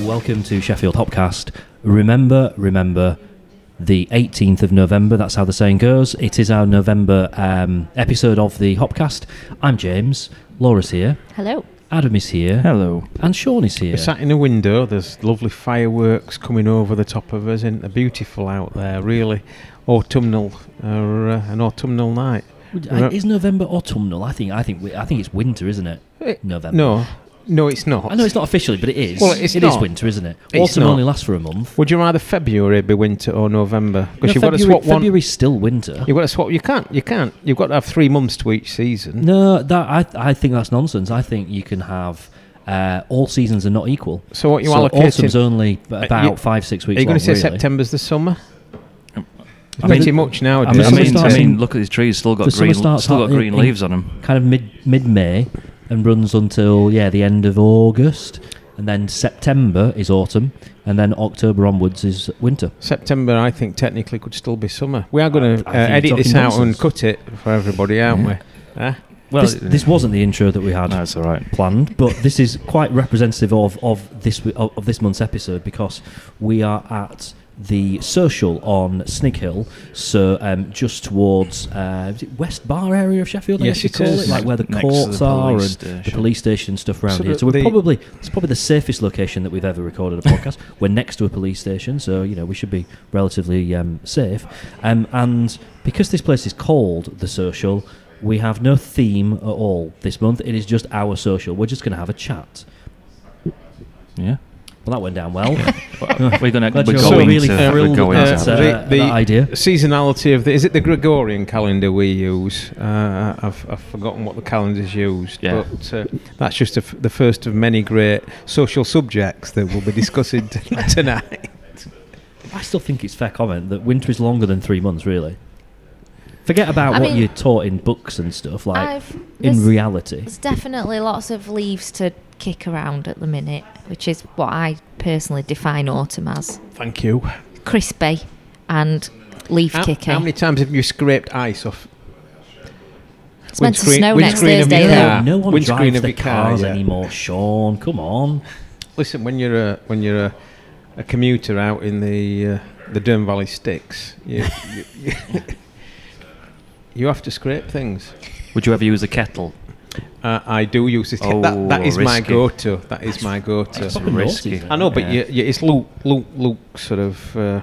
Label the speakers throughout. Speaker 1: Welcome to Sheffield Hopcast. Remember, remember the 18th of November. That's how the saying goes. It is our November um, episode of the Hopcast. I'm James. Laura's here.
Speaker 2: Hello.
Speaker 1: Adam is here.
Speaker 3: Hello.
Speaker 1: And Sean is here.
Speaker 3: We're sat in a window. There's lovely fireworks coming over the top of us, isn't it? Beautiful out there, really. Autumnal, uh, uh, an autumnal night.
Speaker 1: Uh, Is November autumnal? I think. I think. we- I think it's winter, isn't it?
Speaker 3: Eh,
Speaker 1: November.
Speaker 3: No, no, it's not.
Speaker 1: I know it's not officially, but it is.
Speaker 3: Well, it's
Speaker 1: It is
Speaker 3: not.
Speaker 1: winter, isn't it?
Speaker 3: It's
Speaker 1: Autumn
Speaker 3: not.
Speaker 1: only lasts for a month.
Speaker 3: Would you rather February be winter or November?
Speaker 1: No,
Speaker 3: Because you've got
Speaker 1: February,
Speaker 3: to swap one.
Speaker 1: February's still winter.
Speaker 3: You've got to swap. You can't. You can't. You've got to have three months to each season.
Speaker 1: No, that I I think that's nonsense. I think you can have uh, all seasons are not equal.
Speaker 3: So what you
Speaker 1: so
Speaker 3: allocating?
Speaker 1: autumn's only about
Speaker 3: you-
Speaker 1: five six weeks.
Speaker 3: Are you
Speaker 1: going to
Speaker 3: say September's the summer?
Speaker 1: I
Speaker 3: Pretty
Speaker 1: mean-
Speaker 3: much
Speaker 1: I
Speaker 3: nowadays.
Speaker 1: mean,
Speaker 4: I
Speaker 1: summer
Speaker 4: mean,
Speaker 1: starts
Speaker 4: I
Speaker 1: in-
Speaker 4: mean, look at these trees. Still
Speaker 1: the
Speaker 4: got
Speaker 1: summer
Speaker 4: green,
Speaker 1: starts
Speaker 4: still
Speaker 1: out
Speaker 4: got
Speaker 1: in-
Speaker 4: green
Speaker 1: in-
Speaker 4: leaves on them.
Speaker 1: Kind of mid mid May and runs until yeah the end of August, and then September is autumn, and then October onwards is winter.
Speaker 3: September, I think, technically could still be summer. We are going
Speaker 1: I
Speaker 3: to uh,
Speaker 1: think you're
Speaker 3: edit this
Speaker 1: talking
Speaker 3: out and
Speaker 1: nonsense.
Speaker 3: cut it for everybody, aren't
Speaker 4: Yeah.
Speaker 3: we? Huh?
Speaker 4: Well,
Speaker 1: this, this wasn't the intro that we had
Speaker 4: no, it's all right.
Speaker 1: planned, but this is quite representative of of this w- of, of this month's episode because we are at the social on Snig Hill, so um, just towards uh, is it West Bar area of Sheffield. I
Speaker 3: Yes,
Speaker 1: guess you
Speaker 3: it
Speaker 1: call
Speaker 3: is.
Speaker 1: it like where the
Speaker 4: Next to the
Speaker 1: courts are and
Speaker 4: police
Speaker 1: the
Speaker 4: station.
Speaker 1: police station and stuff around
Speaker 3: So
Speaker 1: here.
Speaker 3: the-
Speaker 1: So we're
Speaker 3: the-
Speaker 1: probably it's probably the safest location that we've ever recorded a podcast. we're next to a police station, so you know we should be relatively um, safe. Um, and because this place is called the social, we have no theme at all this month. It is just our social. We're just going to have a chat.
Speaker 4: Yeah.
Speaker 1: Well, that went down well.
Speaker 4: But we're gonna, we're
Speaker 1: Glad you're
Speaker 4: going
Speaker 1: all really
Speaker 4: to,
Speaker 1: thrilled
Speaker 4: we're going
Speaker 1: about
Speaker 4: to.
Speaker 1: that, uh,
Speaker 3: the-
Speaker 1: that idea.
Speaker 3: Seasonality of the is it the Gregorian calendar we use? Uh, I've, I've forgotten what the calendar's used,
Speaker 4: Yeah.
Speaker 3: but uh, that's just a f- the first of many great social subjects that we'll be discussing t- tonight.
Speaker 1: I still think it's fair comment that winter is longer than three months, really. Forget about
Speaker 2: I
Speaker 1: what
Speaker 2: mean-
Speaker 1: you're taught in books and stuff. Like
Speaker 2: I've,
Speaker 1: in
Speaker 2: there's,
Speaker 1: reality,
Speaker 2: there's definitely lots of leaves to kick around at the minute, which is what I personally define autumn as
Speaker 3: Thank you.
Speaker 2: crispy and leaf
Speaker 3: How,
Speaker 2: kicking.
Speaker 3: how many times have you scraped ice off?
Speaker 2: it's meant to
Speaker 3: windscreen-
Speaker 2: snow next
Speaker 3: windscreen of
Speaker 2: Thursday,
Speaker 3: your
Speaker 2: though.
Speaker 3: car.
Speaker 1: no one
Speaker 3: windscreen
Speaker 1: drives
Speaker 3: of
Speaker 1: their
Speaker 3: your car,
Speaker 1: cars
Speaker 3: yeah.
Speaker 1: anymore. Sean, come on.
Speaker 3: Listen, when you're a when you're a, a commuter out in the uh, the Durham Valley sticks, you, you, you, you have to scrape things.
Speaker 4: Would you ever use a kettle?
Speaker 3: Uh, I do use it.
Speaker 4: Oh,
Speaker 3: that, that is my
Speaker 4: risky.
Speaker 3: go-to. That is my
Speaker 1: That's
Speaker 3: go-to.
Speaker 1: fucking
Speaker 4: risky.
Speaker 1: naughty, isn't it?
Speaker 3: I know, but
Speaker 4: Yeah.
Speaker 3: you, you, it's luke, luke, luke sort of uh,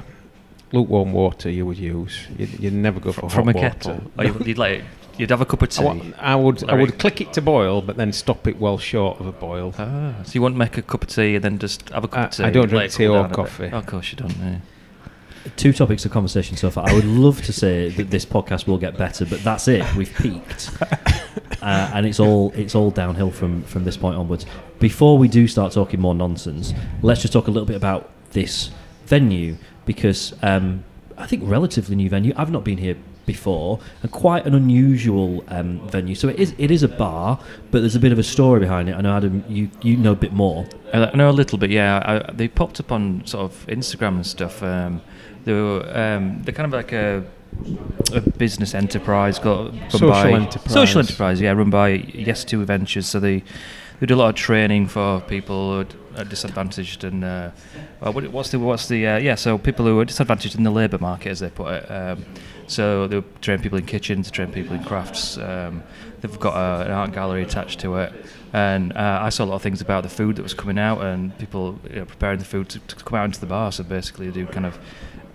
Speaker 3: lukewarm water you would use. You, you'd never go for
Speaker 4: From a
Speaker 3: hot water.
Speaker 4: kettle? Or you, you'd like, you'd have a cup of
Speaker 3: I,
Speaker 4: tea.
Speaker 3: wa- I would, I
Speaker 4: Larry.
Speaker 3: would click it to boil, but then stop it well short of a boil.
Speaker 4: Ah, so you won't make a cup of tea and then just have a cup
Speaker 3: I-
Speaker 4: of tea.
Speaker 3: I don't drink
Speaker 4: let it
Speaker 3: tea
Speaker 4: cool
Speaker 3: or
Speaker 4: down a bit.
Speaker 3: coffee.
Speaker 4: of course you don't. Yeah.
Speaker 1: Two topics of conversation so far. I would love to say that this podcast will get better, but that's it. We've peaked, uh, and it's all it's all downhill from from this point onwards. Before we do start talking more nonsense, let's just talk a little bit about this venue because um, I think relatively new venue. I've not been here before, and quite an unusual um, venue. So it is it is a bar, but there's a bit of a story behind it. I know Adam, you you know a bit more.
Speaker 4: Uh, I know a little bit, yeah. I, they popped up on sort of Instagram and stuff. Um, they were um, they're kind of like a, a business enterprise, got run
Speaker 3: Social
Speaker 4: by,
Speaker 3: enterprise.
Speaker 4: Social enterprise, yeah, run by Yes Two Ventures. So they they do a lot of training for people who are disadvantaged and uh, uh, what, what's the what's the uh, yeah? So people who are disadvantaged in the labour market, as they put it. Um, so they train people in kitchens, train people in crafts. Um, they've got a, an art gallery attached to it, and uh, I saw a lot of things about the food that was coming out and people you know, preparing the food to, to come out into the bar. So basically, they do kind of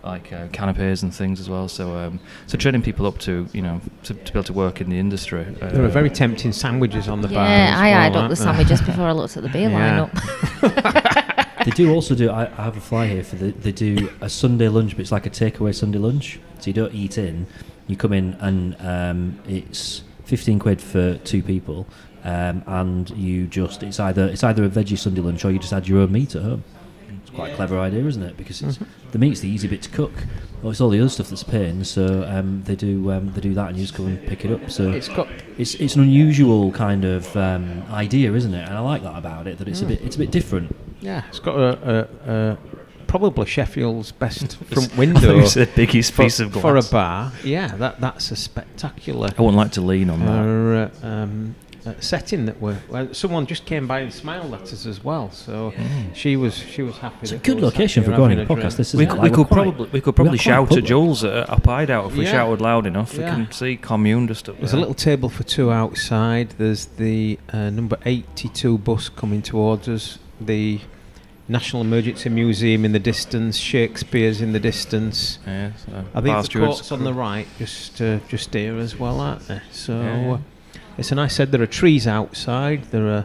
Speaker 4: like uh, canapes and things as well. So um, so training people up to you know to, to be able to work in the industry. Uh,
Speaker 3: There are very tempting sandwiches on the bar.
Speaker 2: yeah,
Speaker 3: as
Speaker 2: I
Speaker 3: well,
Speaker 2: eyed up
Speaker 3: aren't
Speaker 2: the
Speaker 3: there?
Speaker 2: sandwich just before I looked at the beer
Speaker 3: Yeah.
Speaker 2: lineup.
Speaker 1: They do also do. I, I have a fly here for the. They do a Sunday lunch, but it's like a takeaway Sunday lunch, so you don't eat in. You come in and um, it's fifteen quid for two people, um, and you just it's either it's either a veggie Sunday lunch or you just add your own meat at home. It's quite a clever idea, isn't it? Because it's, the meat's the easy bit to cook. Well, it's all the other stuff that's a pain. So um, they do um, they do that, and you just come and pick it up. So
Speaker 3: It's got
Speaker 1: it's it's an unusual kind of um, idea, isn't it? And I like that about it that it's a bit it's a bit different.
Speaker 3: Yeah, it's got a, a, a probably Sheffield's best front
Speaker 4: I thought
Speaker 3: window
Speaker 4: you said biggest
Speaker 3: for,
Speaker 4: piece of glass.
Speaker 3: for a bar. Yeah, that that's a spectacular
Speaker 4: I wouldn't like to lean on that.
Speaker 3: uh, um, uh, setting that we're. Well, someone just came by and smiled at us as well, so
Speaker 4: Yeah.
Speaker 3: she was she was happy.
Speaker 1: It's a
Speaker 3: that
Speaker 1: good
Speaker 3: there was
Speaker 1: location for
Speaker 3: that
Speaker 1: going in
Speaker 3: we're
Speaker 1: a
Speaker 3: having
Speaker 1: podcast.
Speaker 3: drink.
Speaker 1: This is
Speaker 4: We,
Speaker 1: it,
Speaker 4: could,
Speaker 1: like,
Speaker 4: we
Speaker 1: we're
Speaker 4: could
Speaker 1: quite-
Speaker 4: probably we could probably
Speaker 1: quite
Speaker 4: shout at
Speaker 1: public.
Speaker 4: Jules at up hideout if we
Speaker 3: Yeah.
Speaker 4: shouted loud enough.
Speaker 3: Yeah.
Speaker 4: We can see commune just up
Speaker 3: There's
Speaker 4: there.
Speaker 3: a little table for two outside. There's the uh, number 82 bus coming towards us. The National Emergency Museum in the distance. Shakespeare's in the distance.
Speaker 4: Yeah, so
Speaker 3: I think the
Speaker 4: bar stewards-
Speaker 3: court's on the right, just uh, just here as well, aren't they? So
Speaker 4: Yeah.
Speaker 3: uh, it's a nice said. There are trees outside. There are.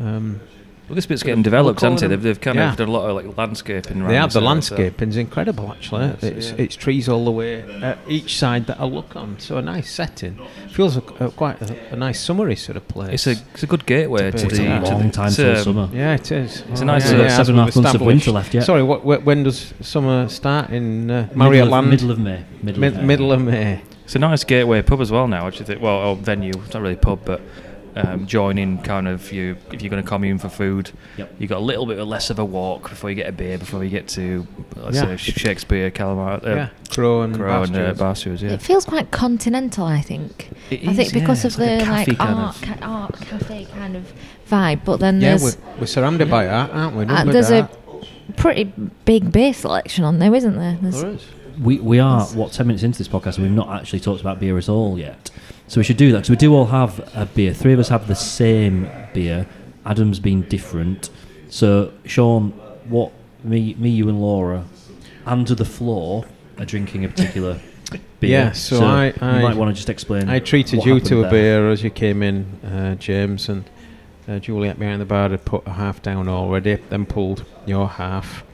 Speaker 3: Um,
Speaker 4: Well, this bit's getting developed,
Speaker 3: We'll call
Speaker 4: hasn't it?
Speaker 3: them-
Speaker 4: They've, they've kind
Speaker 3: Yeah.
Speaker 4: of done a lot of like landscaping.
Speaker 3: they
Speaker 4: around
Speaker 3: have
Speaker 4: this
Speaker 3: the
Speaker 4: area, so-
Speaker 3: landscaping. It's incredible, actually.
Speaker 4: Yes,
Speaker 3: it's
Speaker 4: yeah.
Speaker 3: it's trees all the way uh, each side that I look on. So a nice setting. Feels a, a, quite a, a nice summery sort of place.
Speaker 4: It's a it's a good gateway
Speaker 3: It's
Speaker 4: to
Speaker 3: a
Speaker 1: It's
Speaker 4: the
Speaker 1: a
Speaker 3: Yeah.
Speaker 4: to
Speaker 1: long
Speaker 4: the-
Speaker 1: time
Speaker 4: to,
Speaker 1: till
Speaker 4: um,
Speaker 1: summer.
Speaker 3: Yeah, it is.
Speaker 4: It's a nice,
Speaker 3: yeah,
Speaker 4: uh,
Speaker 3: as
Speaker 1: seven and a
Speaker 3: we've
Speaker 1: half months of
Speaker 3: established.
Speaker 1: winter left yet.
Speaker 3: Sorry, what, wh- when does summer start in uh,
Speaker 1: middle
Speaker 3: Marriott
Speaker 1: of,
Speaker 3: Land?
Speaker 1: middle of May. Middle,
Speaker 3: Mid-
Speaker 1: of May.
Speaker 3: middle of May.
Speaker 4: It's a nice gateway pub as well now, actually. Think, well, or venue. It's not really a pub, but um, joining kind of you if you're going to commune for food,
Speaker 1: Yep.
Speaker 4: you got a little bit less of a walk before you get a beer, before you get to let's
Speaker 3: Yeah.
Speaker 4: say Sh- Shakespeare, Calamar, uh,
Speaker 3: yeah, Crow and
Speaker 4: Crow and uh,
Speaker 3: Bastards.
Speaker 4: Bastards, yeah.
Speaker 2: It feels quite continental, I think.
Speaker 4: It
Speaker 2: I think
Speaker 4: is,
Speaker 2: because
Speaker 4: yeah,
Speaker 2: of
Speaker 4: it's like a
Speaker 2: the
Speaker 4: cafe
Speaker 2: like
Speaker 4: kind
Speaker 2: art,
Speaker 4: of-
Speaker 2: ca- art cafe kind of vibe, but then
Speaker 3: yeah, we're,
Speaker 2: there's
Speaker 3: we're surrounded by art, aren't we?
Speaker 2: uh,
Speaker 3: Numbered
Speaker 2: there's a
Speaker 3: art.
Speaker 2: pretty big beer selection on there, isn't there? There's-
Speaker 3: There is.
Speaker 1: We, we are, what, 10 minutes into this podcast and we've not actually talked about beer at all yet. So we should do that because we do all have a beer. Three of us have the same beer. Adam's been different. So, Sean, what me, me you, and Laura, under the floor, are drinking a particular beer.
Speaker 3: Yeah, so I-
Speaker 1: you
Speaker 3: I-
Speaker 1: might want to just explain.
Speaker 3: I treated
Speaker 1: what
Speaker 3: you
Speaker 1: happened
Speaker 3: to a
Speaker 1: there.
Speaker 3: beer as you came in, uh, James, and uh, Juliet behind the bar had put a half down already, then pulled your half,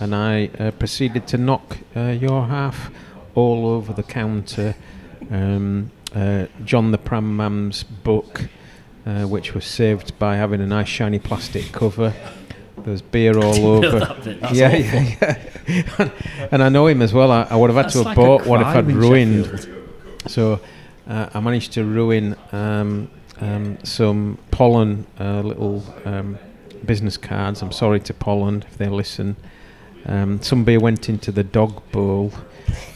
Speaker 3: and I uh, proceeded to knock uh, your half all over the counter. Um, uh, John the Pram Mam's book, uh, which was saved by having a nice shiny plastic cover. There's beer all over.
Speaker 1: That bit, that's
Speaker 3: yeah,
Speaker 1: awful.
Speaker 3: yeah, yeah. and I know him as well. I, I would have had
Speaker 1: That's
Speaker 3: to
Speaker 1: like
Speaker 3: have
Speaker 1: a
Speaker 3: bought one if
Speaker 1: crime
Speaker 3: I'd
Speaker 1: in
Speaker 3: ruined.
Speaker 1: Sheffield.
Speaker 3: So uh, I managed to ruin um, um, some pollen uh, little um, business cards. I'm sorry to Pollen if they listen. Um, some beer went into the dog bowl,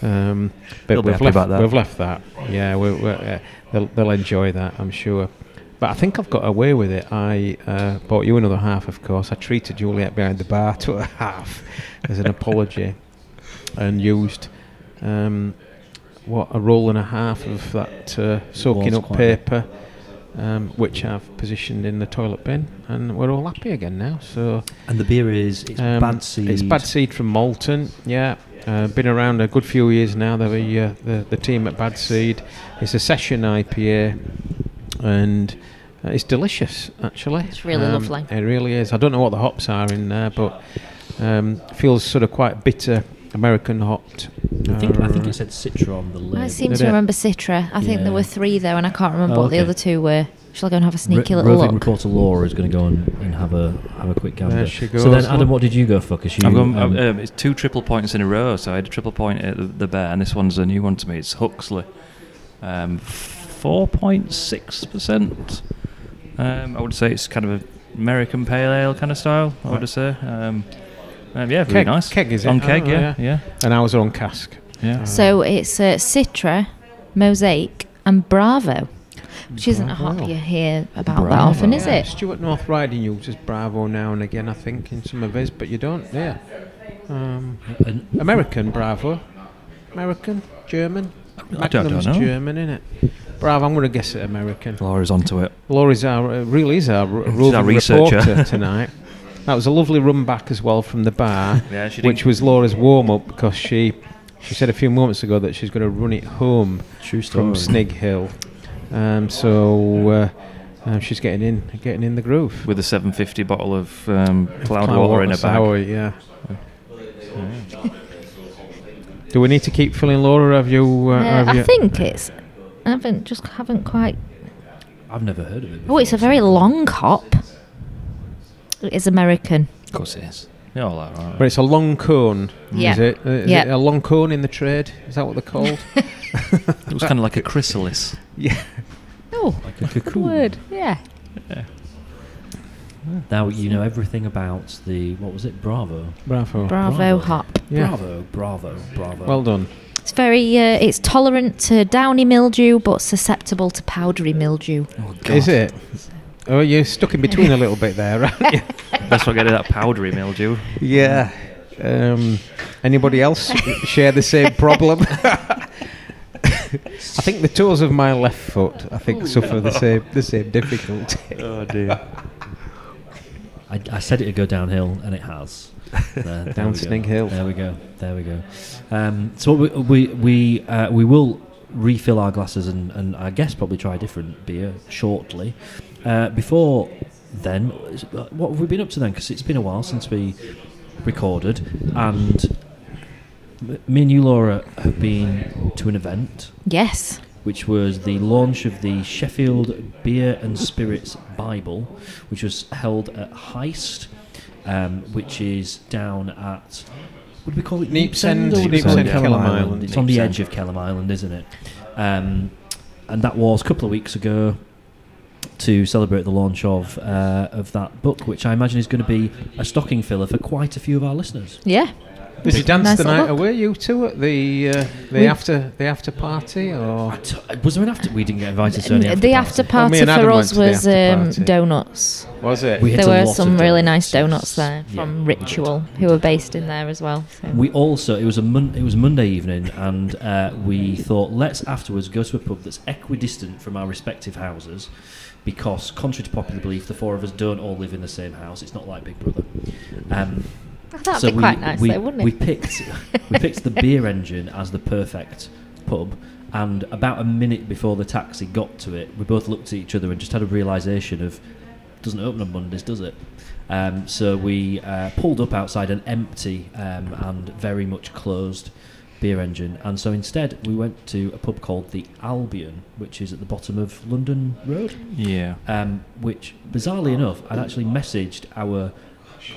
Speaker 3: um, but
Speaker 4: They'll be
Speaker 3: we've
Speaker 4: happy
Speaker 3: left
Speaker 4: about that.
Speaker 3: we've left that. Yeah, we we uh, they'll, they'll enjoy that, I'm sure. But I think I've got away with it. I uh, bought you another half, of course. I treated Juliet behind the bar to a half as an apology, and used um, what a roll and a half of that uh, soaking
Speaker 1: was
Speaker 3: up
Speaker 1: quite-
Speaker 3: paper, um, which I've positioned in the toilet bin, and we're all happy again now. So
Speaker 1: And the beer is it's
Speaker 3: um,
Speaker 1: bad seed.
Speaker 3: It's bad seed from Moulton. Yeah, uh, been around a good few years now. The uh, the, the team at Bad Seed. It's a session IPA, and uh, it's delicious actually.
Speaker 2: It's really lovely.
Speaker 3: Um, It really is. I don't know what the hops are in there, but um, feels sort of quite bitter American hopped.
Speaker 1: I think, I think
Speaker 3: Uh,
Speaker 1: it said Citra on the label.
Speaker 2: I seem
Speaker 3: Did
Speaker 2: to
Speaker 3: it?
Speaker 2: remember Citra. I think
Speaker 1: Yeah.
Speaker 2: there were three though, and I can't remember
Speaker 1: Oh,
Speaker 2: what
Speaker 1: okay.
Speaker 2: the other two were. Shall I go and have a sneaky
Speaker 1: Ro-
Speaker 2: little
Speaker 1: roving
Speaker 2: look?
Speaker 1: reporter Laura is going to go and, and have a have a quick gander.
Speaker 3: There she
Speaker 1: So then,
Speaker 3: goes.
Speaker 1: Adam, what did you go for? Because you
Speaker 4: I've gone,
Speaker 1: um,
Speaker 4: I've, um, it's two triple points in a row, so I had a triple point at the, the bear, and this one's a new one to me. It's Huxley, um, four point six percent. Um, I would say it's kind of a American pale ale kind of style. I would say. Um, um, yeah,
Speaker 3: Keg-
Speaker 4: very nice.
Speaker 3: keg, is it? Oh,
Speaker 4: on
Speaker 3: I
Speaker 4: keg?
Speaker 3: don't know,
Speaker 4: Yeah, yeah,
Speaker 3: And ours are on cask. Um,
Speaker 4: yeah.
Speaker 2: So it's uh, Citra, Mosaic, and Bravo, which isn't a hop
Speaker 3: Bravo.
Speaker 2: you hear about that
Speaker 4: Bravo.
Speaker 2: often, is
Speaker 3: Yeah,
Speaker 2: it?
Speaker 3: Stuart North Riding uses Bravo now and again, I think, in some of his, but you don't, yeah. Um,
Speaker 1: an-
Speaker 3: American Bravo. American? German?
Speaker 4: I don't- I don't
Speaker 3: Magnum's
Speaker 4: know.
Speaker 3: German, innit? Bravo, I'm going to guess it American.
Speaker 4: Laura's onto it.
Speaker 3: Laurie's our, uh, really is our r-
Speaker 4: She's
Speaker 3: roving
Speaker 4: our researcher.
Speaker 3: reporter tonight. That was a lovely run back as well from the bar,
Speaker 4: Yeah, she
Speaker 3: which
Speaker 4: didn't-
Speaker 3: was Laura's warm up because she, she said a few moments ago that she's going to run it home
Speaker 1: true story.
Speaker 3: from Snig Hill. Um, so uh, um, she's getting in, getting in the groove.
Speaker 4: With a 750 bottle of um, cloud,
Speaker 3: Cloud
Speaker 4: water, in a bag.
Speaker 3: sour, yeah. Do we need to keep filling, Laura? Have you? Uh,
Speaker 2: Uh,
Speaker 3: have
Speaker 2: I
Speaker 3: you
Speaker 2: think it's. I haven't just haven't quite.
Speaker 1: I've never heard of it.
Speaker 2: Oh, it's a
Speaker 1: before,
Speaker 2: very
Speaker 1: so-
Speaker 2: long hop. It is American.
Speaker 4: Of course it is. Yeah, all that, right.
Speaker 3: But it's a long cone.
Speaker 2: Yeah.
Speaker 3: Is it? Uh, is
Speaker 2: Yeah.
Speaker 3: it a long cone in the trade? Is that what they're called?
Speaker 4: it was kind of like a chrysalis.
Speaker 3: yeah.
Speaker 2: Oh,
Speaker 1: Like a
Speaker 2: good
Speaker 1: cocoon.
Speaker 2: word. Yeah.
Speaker 1: Now you know everything about the what was it? Bravo.
Speaker 3: Bravo.
Speaker 2: Bravo hop.
Speaker 3: Yeah.
Speaker 1: Bravo. Bravo. Bravo.
Speaker 3: Well done.
Speaker 2: It's very. Uh, it's tolerant to downy mildew, but susceptible to powdery mildew.
Speaker 4: Oh,
Speaker 3: Is it? Oh, you're stuck in between a little bit there, aren't you?
Speaker 4: That's what get rid of that powdery mildew.
Speaker 3: Yeah. Um, anybody else share the same problem? I think the toes of my left foot, I think, suffer the same the same difficulty.
Speaker 4: Oh dear.
Speaker 1: I, I said it would go downhill, and it has. There- there we
Speaker 3: Down
Speaker 1: go.
Speaker 3: Snig Hill.
Speaker 1: There we go. There we go. Um, so we we we, uh, we will refill our glasses and, and I guess probably try a different beer shortly. Uh, before then, is- what have we been up to then? Because it's been a while since we recorded, and m- me and you, Laura, have been to an event
Speaker 2: Yes.
Speaker 1: which was the launch of the Sheffield Beer and Spirits Bible, which was held at Heist, um, which is down at. Would we call it
Speaker 3: Neeps
Speaker 1: End?
Speaker 3: End,
Speaker 1: or would we
Speaker 3: Neeps
Speaker 1: call
Speaker 3: End,
Speaker 1: it Kellam
Speaker 3: Kellam
Speaker 1: Island?
Speaker 3: Island,
Speaker 1: It's on the
Speaker 3: Neeps
Speaker 1: edge of Kellam Island, isn't it? Um, and that was a couple of weeks ago to celebrate the launch of uh, of that book, which I imagine is going to be a stocking filler for quite a few of our listeners.
Speaker 2: Yeah.
Speaker 3: Did you dance
Speaker 2: Nice
Speaker 3: the night
Speaker 2: look.
Speaker 3: away, you two, at the uh, the
Speaker 1: We-
Speaker 3: after the after party? Or
Speaker 1: I t- was there an after? We didn't get invited to any
Speaker 2: Oh. N-
Speaker 1: after
Speaker 2: the
Speaker 1: party.
Speaker 2: after
Speaker 3: Well, me
Speaker 2: party
Speaker 3: and Adam
Speaker 2: for
Speaker 3: went
Speaker 2: us
Speaker 3: to the
Speaker 2: was
Speaker 3: after
Speaker 2: um,
Speaker 3: party.
Speaker 2: donuts.
Speaker 3: was it?
Speaker 1: We hit
Speaker 2: there
Speaker 1: a
Speaker 2: were
Speaker 1: lot of
Speaker 2: some really
Speaker 1: donuts.
Speaker 2: nice donuts there
Speaker 1: Yeah.
Speaker 2: from Ritual, who were based in there as well. So.
Speaker 1: We also it was a mon- it was Monday evening, and uh, we thought let's afterwards go to a pub that's equidistant from our respective houses, because contrary to popular belief, the four of us don't all live in the same house. It's not like Big Brother. Um,
Speaker 2: That'd
Speaker 1: so
Speaker 2: be
Speaker 1: we,
Speaker 2: quite nice,
Speaker 1: we,
Speaker 2: though, wouldn't it?
Speaker 1: we picked we picked the beer engine as the perfect pub, and about a minute before the taxi got to it, we both looked at each other and just had a realization of doesn't open on Mondays, does it? Um, so we uh, pulled up outside an empty um, and very much closed beer engine, and so instead we went to a pub called the Albion, which is at the bottom of London Road
Speaker 4: Yeah.
Speaker 1: um, which bizarrely enough, I'd actually messaged our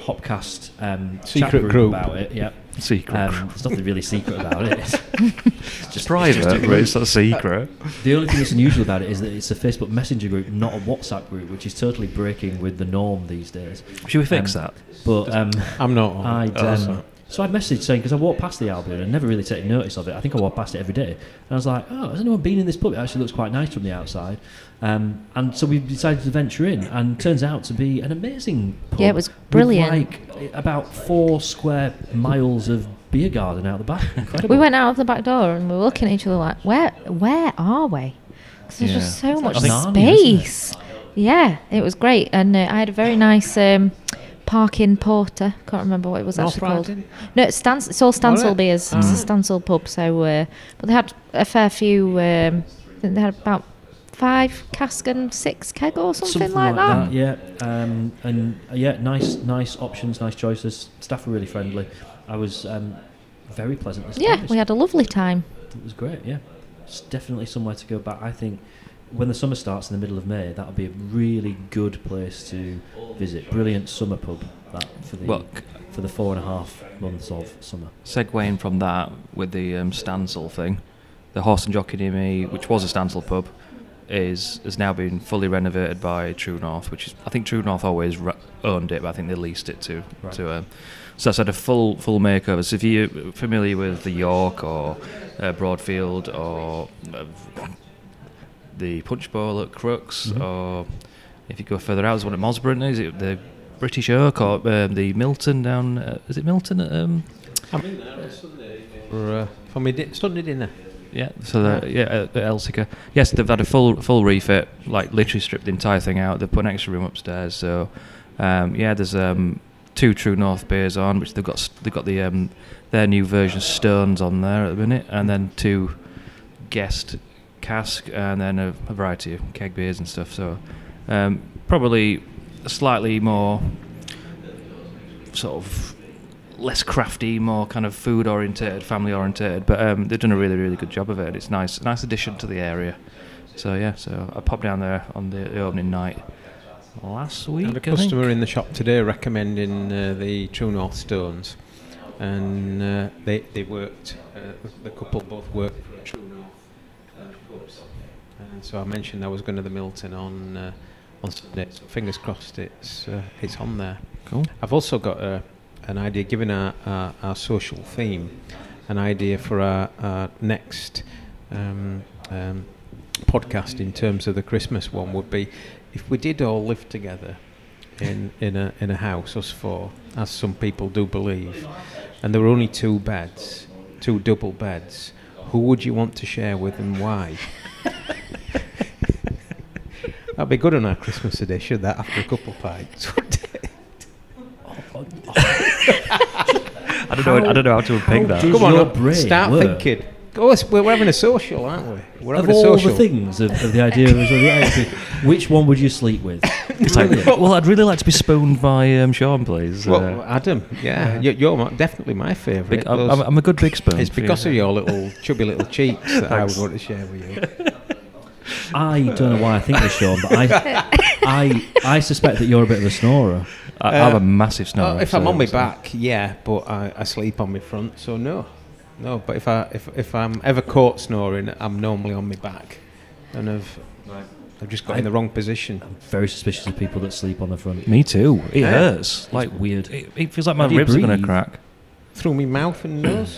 Speaker 1: Hopcast um, chat
Speaker 3: Secret
Speaker 1: group,
Speaker 3: group.
Speaker 1: about it. Yeah,
Speaker 4: Secret.
Speaker 1: um, there's nothing really secret about it. It's
Speaker 4: it's
Speaker 1: just-
Speaker 4: private,
Speaker 1: it's just a
Speaker 4: but
Speaker 1: group.
Speaker 4: it's not secret.
Speaker 1: The only thing that's unusual about it is that it's a Facebook Messenger group, not a WhatsApp group, which is totally breaking with the norm these days.
Speaker 4: Should we fix
Speaker 1: Um,
Speaker 4: that?
Speaker 1: But um,
Speaker 3: I'm not. on.
Speaker 1: I
Speaker 4: Oh,
Speaker 1: um, so I messaged saying because I walked past the Albion and never really taken notice of it. I think I walked past it every day, and I was like, "Oh, has anyone been in this pub? It actually looks quite nice from the outside." Um, and so we decided to venture in, and turns out to be an amazing pub.
Speaker 2: Yeah, it was
Speaker 1: with,
Speaker 2: brilliant.
Speaker 1: like about four square miles of beer garden out the back. Incredible.
Speaker 2: We went out of the back door and we were looking at each other like, where where are we? Because there's just
Speaker 4: Yeah.
Speaker 2: so much
Speaker 1: like Narnia, isn't it?
Speaker 2: space. Yeah, it was great, and uh, I had a very nice um, parking porter. Can't remember what it was
Speaker 3: North
Speaker 2: actually called.
Speaker 3: Riding?
Speaker 2: No, it's, Stans- it's all
Speaker 3: right.
Speaker 2: Stansel beers. It's a Stansel pub. So, uh, but they had a fair few. Um, I think they had about five cask and six keg or something, like, that.
Speaker 1: Yeah, um, and uh, yeah, nice, nice options, nice choices. Staff were really friendly. I was um, very pleasantly.
Speaker 2: Yeah,
Speaker 1: surprised.
Speaker 2: we had a lovely time.
Speaker 1: It was great, yeah. It's definitely somewhere to go back. I think when the summer starts in the middle of May, that'll be a really good place to visit. Brilliant summer pub that for the
Speaker 4: Well, c-
Speaker 1: for the four and a half months of summer.
Speaker 4: segueing from that with the um, Stansel thing, the Horse and Jockey near me, which was a Stansel pub, is has now been fully renovated by True North, which is I think True North always ra- owned it, but I think they leased it to
Speaker 1: Right.
Speaker 4: to. Um, so that's had a full full makeover. So if you're familiar with the York or uh, Broadfield or uh, the Punch Bowl at Crooks,
Speaker 1: Mhm.
Speaker 4: or if you go further out, there's one at Mosburn. Is it the British Oak or um, the Milton down? Uh, is it Milton? at, Um,
Speaker 3: For, uh, for my di- Sunday dinner.
Speaker 4: Yeah, so the, yeah, uh, the Elsica. Yes, they've had a full full refit, like literally stripped the entire thing out. They've put an extra room upstairs. So um, yeah, there's um, two True North beers on, which they've got s- they've got the um, their new version Stones on there at the minute, and then two guest cask, and then a, a variety of keg beers and stuff. So um, probably slightly more sort of less crafty, more kind of food orientated, family orientated. But um, they've done a really, really good job of it. and It's nice, nice addition to the area. So yeah, so I popped down there on the, the opening night last week.
Speaker 3: And a
Speaker 4: I think.
Speaker 3: customer in the shop today recommending uh, the True North Stones, and uh, they they worked. Uh, the couple both worked for True North uh, pubs, and so I mentioned I was going to the Milton on uh, on Sunday. So fingers crossed, it's uh, it's on there.
Speaker 4: Cool.
Speaker 3: uh, I've also got a, an idea, given our, our, our social theme, an idea for our, our next um, um, podcast in terms of the Christmas one would be if we did all live together in, in, a, in a house, us four, as some people do believe, and there were only two beds, two double beds, who would you want to share with and why? That'd be good on our Christmas edition, that after a couple of pints.
Speaker 4: I don't know. I don't know how to unpick that.
Speaker 1: does
Speaker 3: Come on,
Speaker 1: your
Speaker 3: up,
Speaker 1: brain
Speaker 3: start
Speaker 1: work?
Speaker 3: thinking. Oh, it's- we're having a social, aren't we? We're
Speaker 1: Of
Speaker 3: having a
Speaker 1: all
Speaker 3: social.
Speaker 1: the things of, of the idea of actually, which one would you sleep with?
Speaker 4: It's like, well, I'd really like to be spooned by um, Sean, please.
Speaker 3: Well,
Speaker 4: Uh,
Speaker 3: Adam, yeah, you- you're my, definitely my favourite.
Speaker 4: big, I'm,
Speaker 3: Those-
Speaker 4: I'm- I'm a good big spoon.
Speaker 3: it's
Speaker 4: for you.
Speaker 3: because of your little chubby little cheeks that I would
Speaker 4: Thanks.
Speaker 3: want to share with you.
Speaker 1: I don't know why I think this, Sean, but I, I, I suspect that you're a bit of a snorer.
Speaker 4: I, I'm a massive snorer.
Speaker 3: Oh, if I'm
Speaker 4: so-
Speaker 3: on my
Speaker 4: so-
Speaker 3: back, yeah, but I, I sleep on my front, so no, no. But if I if, if I'm ever caught snoring, I'm normally on my back, and I've I've just got in the wrong position.
Speaker 1: I'm very suspicious of people that sleep on the front.
Speaker 4: Me too. It
Speaker 3: Yeah.
Speaker 4: hurts. Like
Speaker 1: Like weird.
Speaker 4: it, it feels like my
Speaker 1: How do you
Speaker 4: ribs are going
Speaker 1: breathe?
Speaker 4: to crack.
Speaker 3: Through my mouth and nose.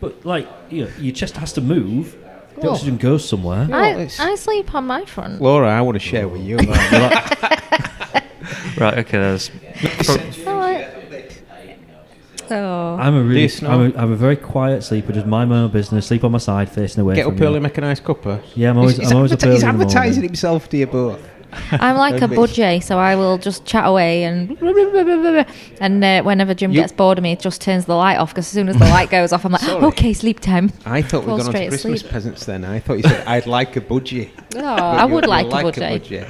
Speaker 1: But like, you know, your chest has to move. The
Speaker 3: Oh.
Speaker 1: oxygen goes somewhere.
Speaker 3: Yeah,
Speaker 2: I,
Speaker 3: it's-
Speaker 2: I sleep on my front.
Speaker 3: Laura, I want to share with you.
Speaker 4: Right. Okay. That's,
Speaker 2: Oh, I- Oh.
Speaker 1: I'm a really,
Speaker 3: you snore?
Speaker 1: I'm a, I'm a very quiet sleeper. Just mind my own business. Sleep on my side, facing away
Speaker 3: Get
Speaker 1: from
Speaker 3: up
Speaker 1: you.
Speaker 3: early, make a nice cuppa.
Speaker 1: Yeah, I'm always-
Speaker 3: he's,
Speaker 1: I'm always up
Speaker 3: adverti- he's
Speaker 1: early in the
Speaker 3: advertising
Speaker 1: morning.
Speaker 3: himself to you both.
Speaker 2: I'm like a
Speaker 3: Don't be-
Speaker 2: budgie, so I will just chat away and and uh, whenever Jim
Speaker 3: You-
Speaker 2: gets bored of me, it just turns the light off. Because as soon as the light goes off, I'm like,
Speaker 3: Sorry.
Speaker 2: okay, sleep time.
Speaker 3: I thought we'd
Speaker 2: Fall
Speaker 3: gone on to
Speaker 2: straight
Speaker 3: Christmas
Speaker 2: asleep.
Speaker 3: presents then. I thought you said, I'd like a budgie.
Speaker 2: Oh,
Speaker 3: But
Speaker 2: I
Speaker 3: you-
Speaker 2: would
Speaker 3: you're
Speaker 2: like, a budgie.
Speaker 3: budgie.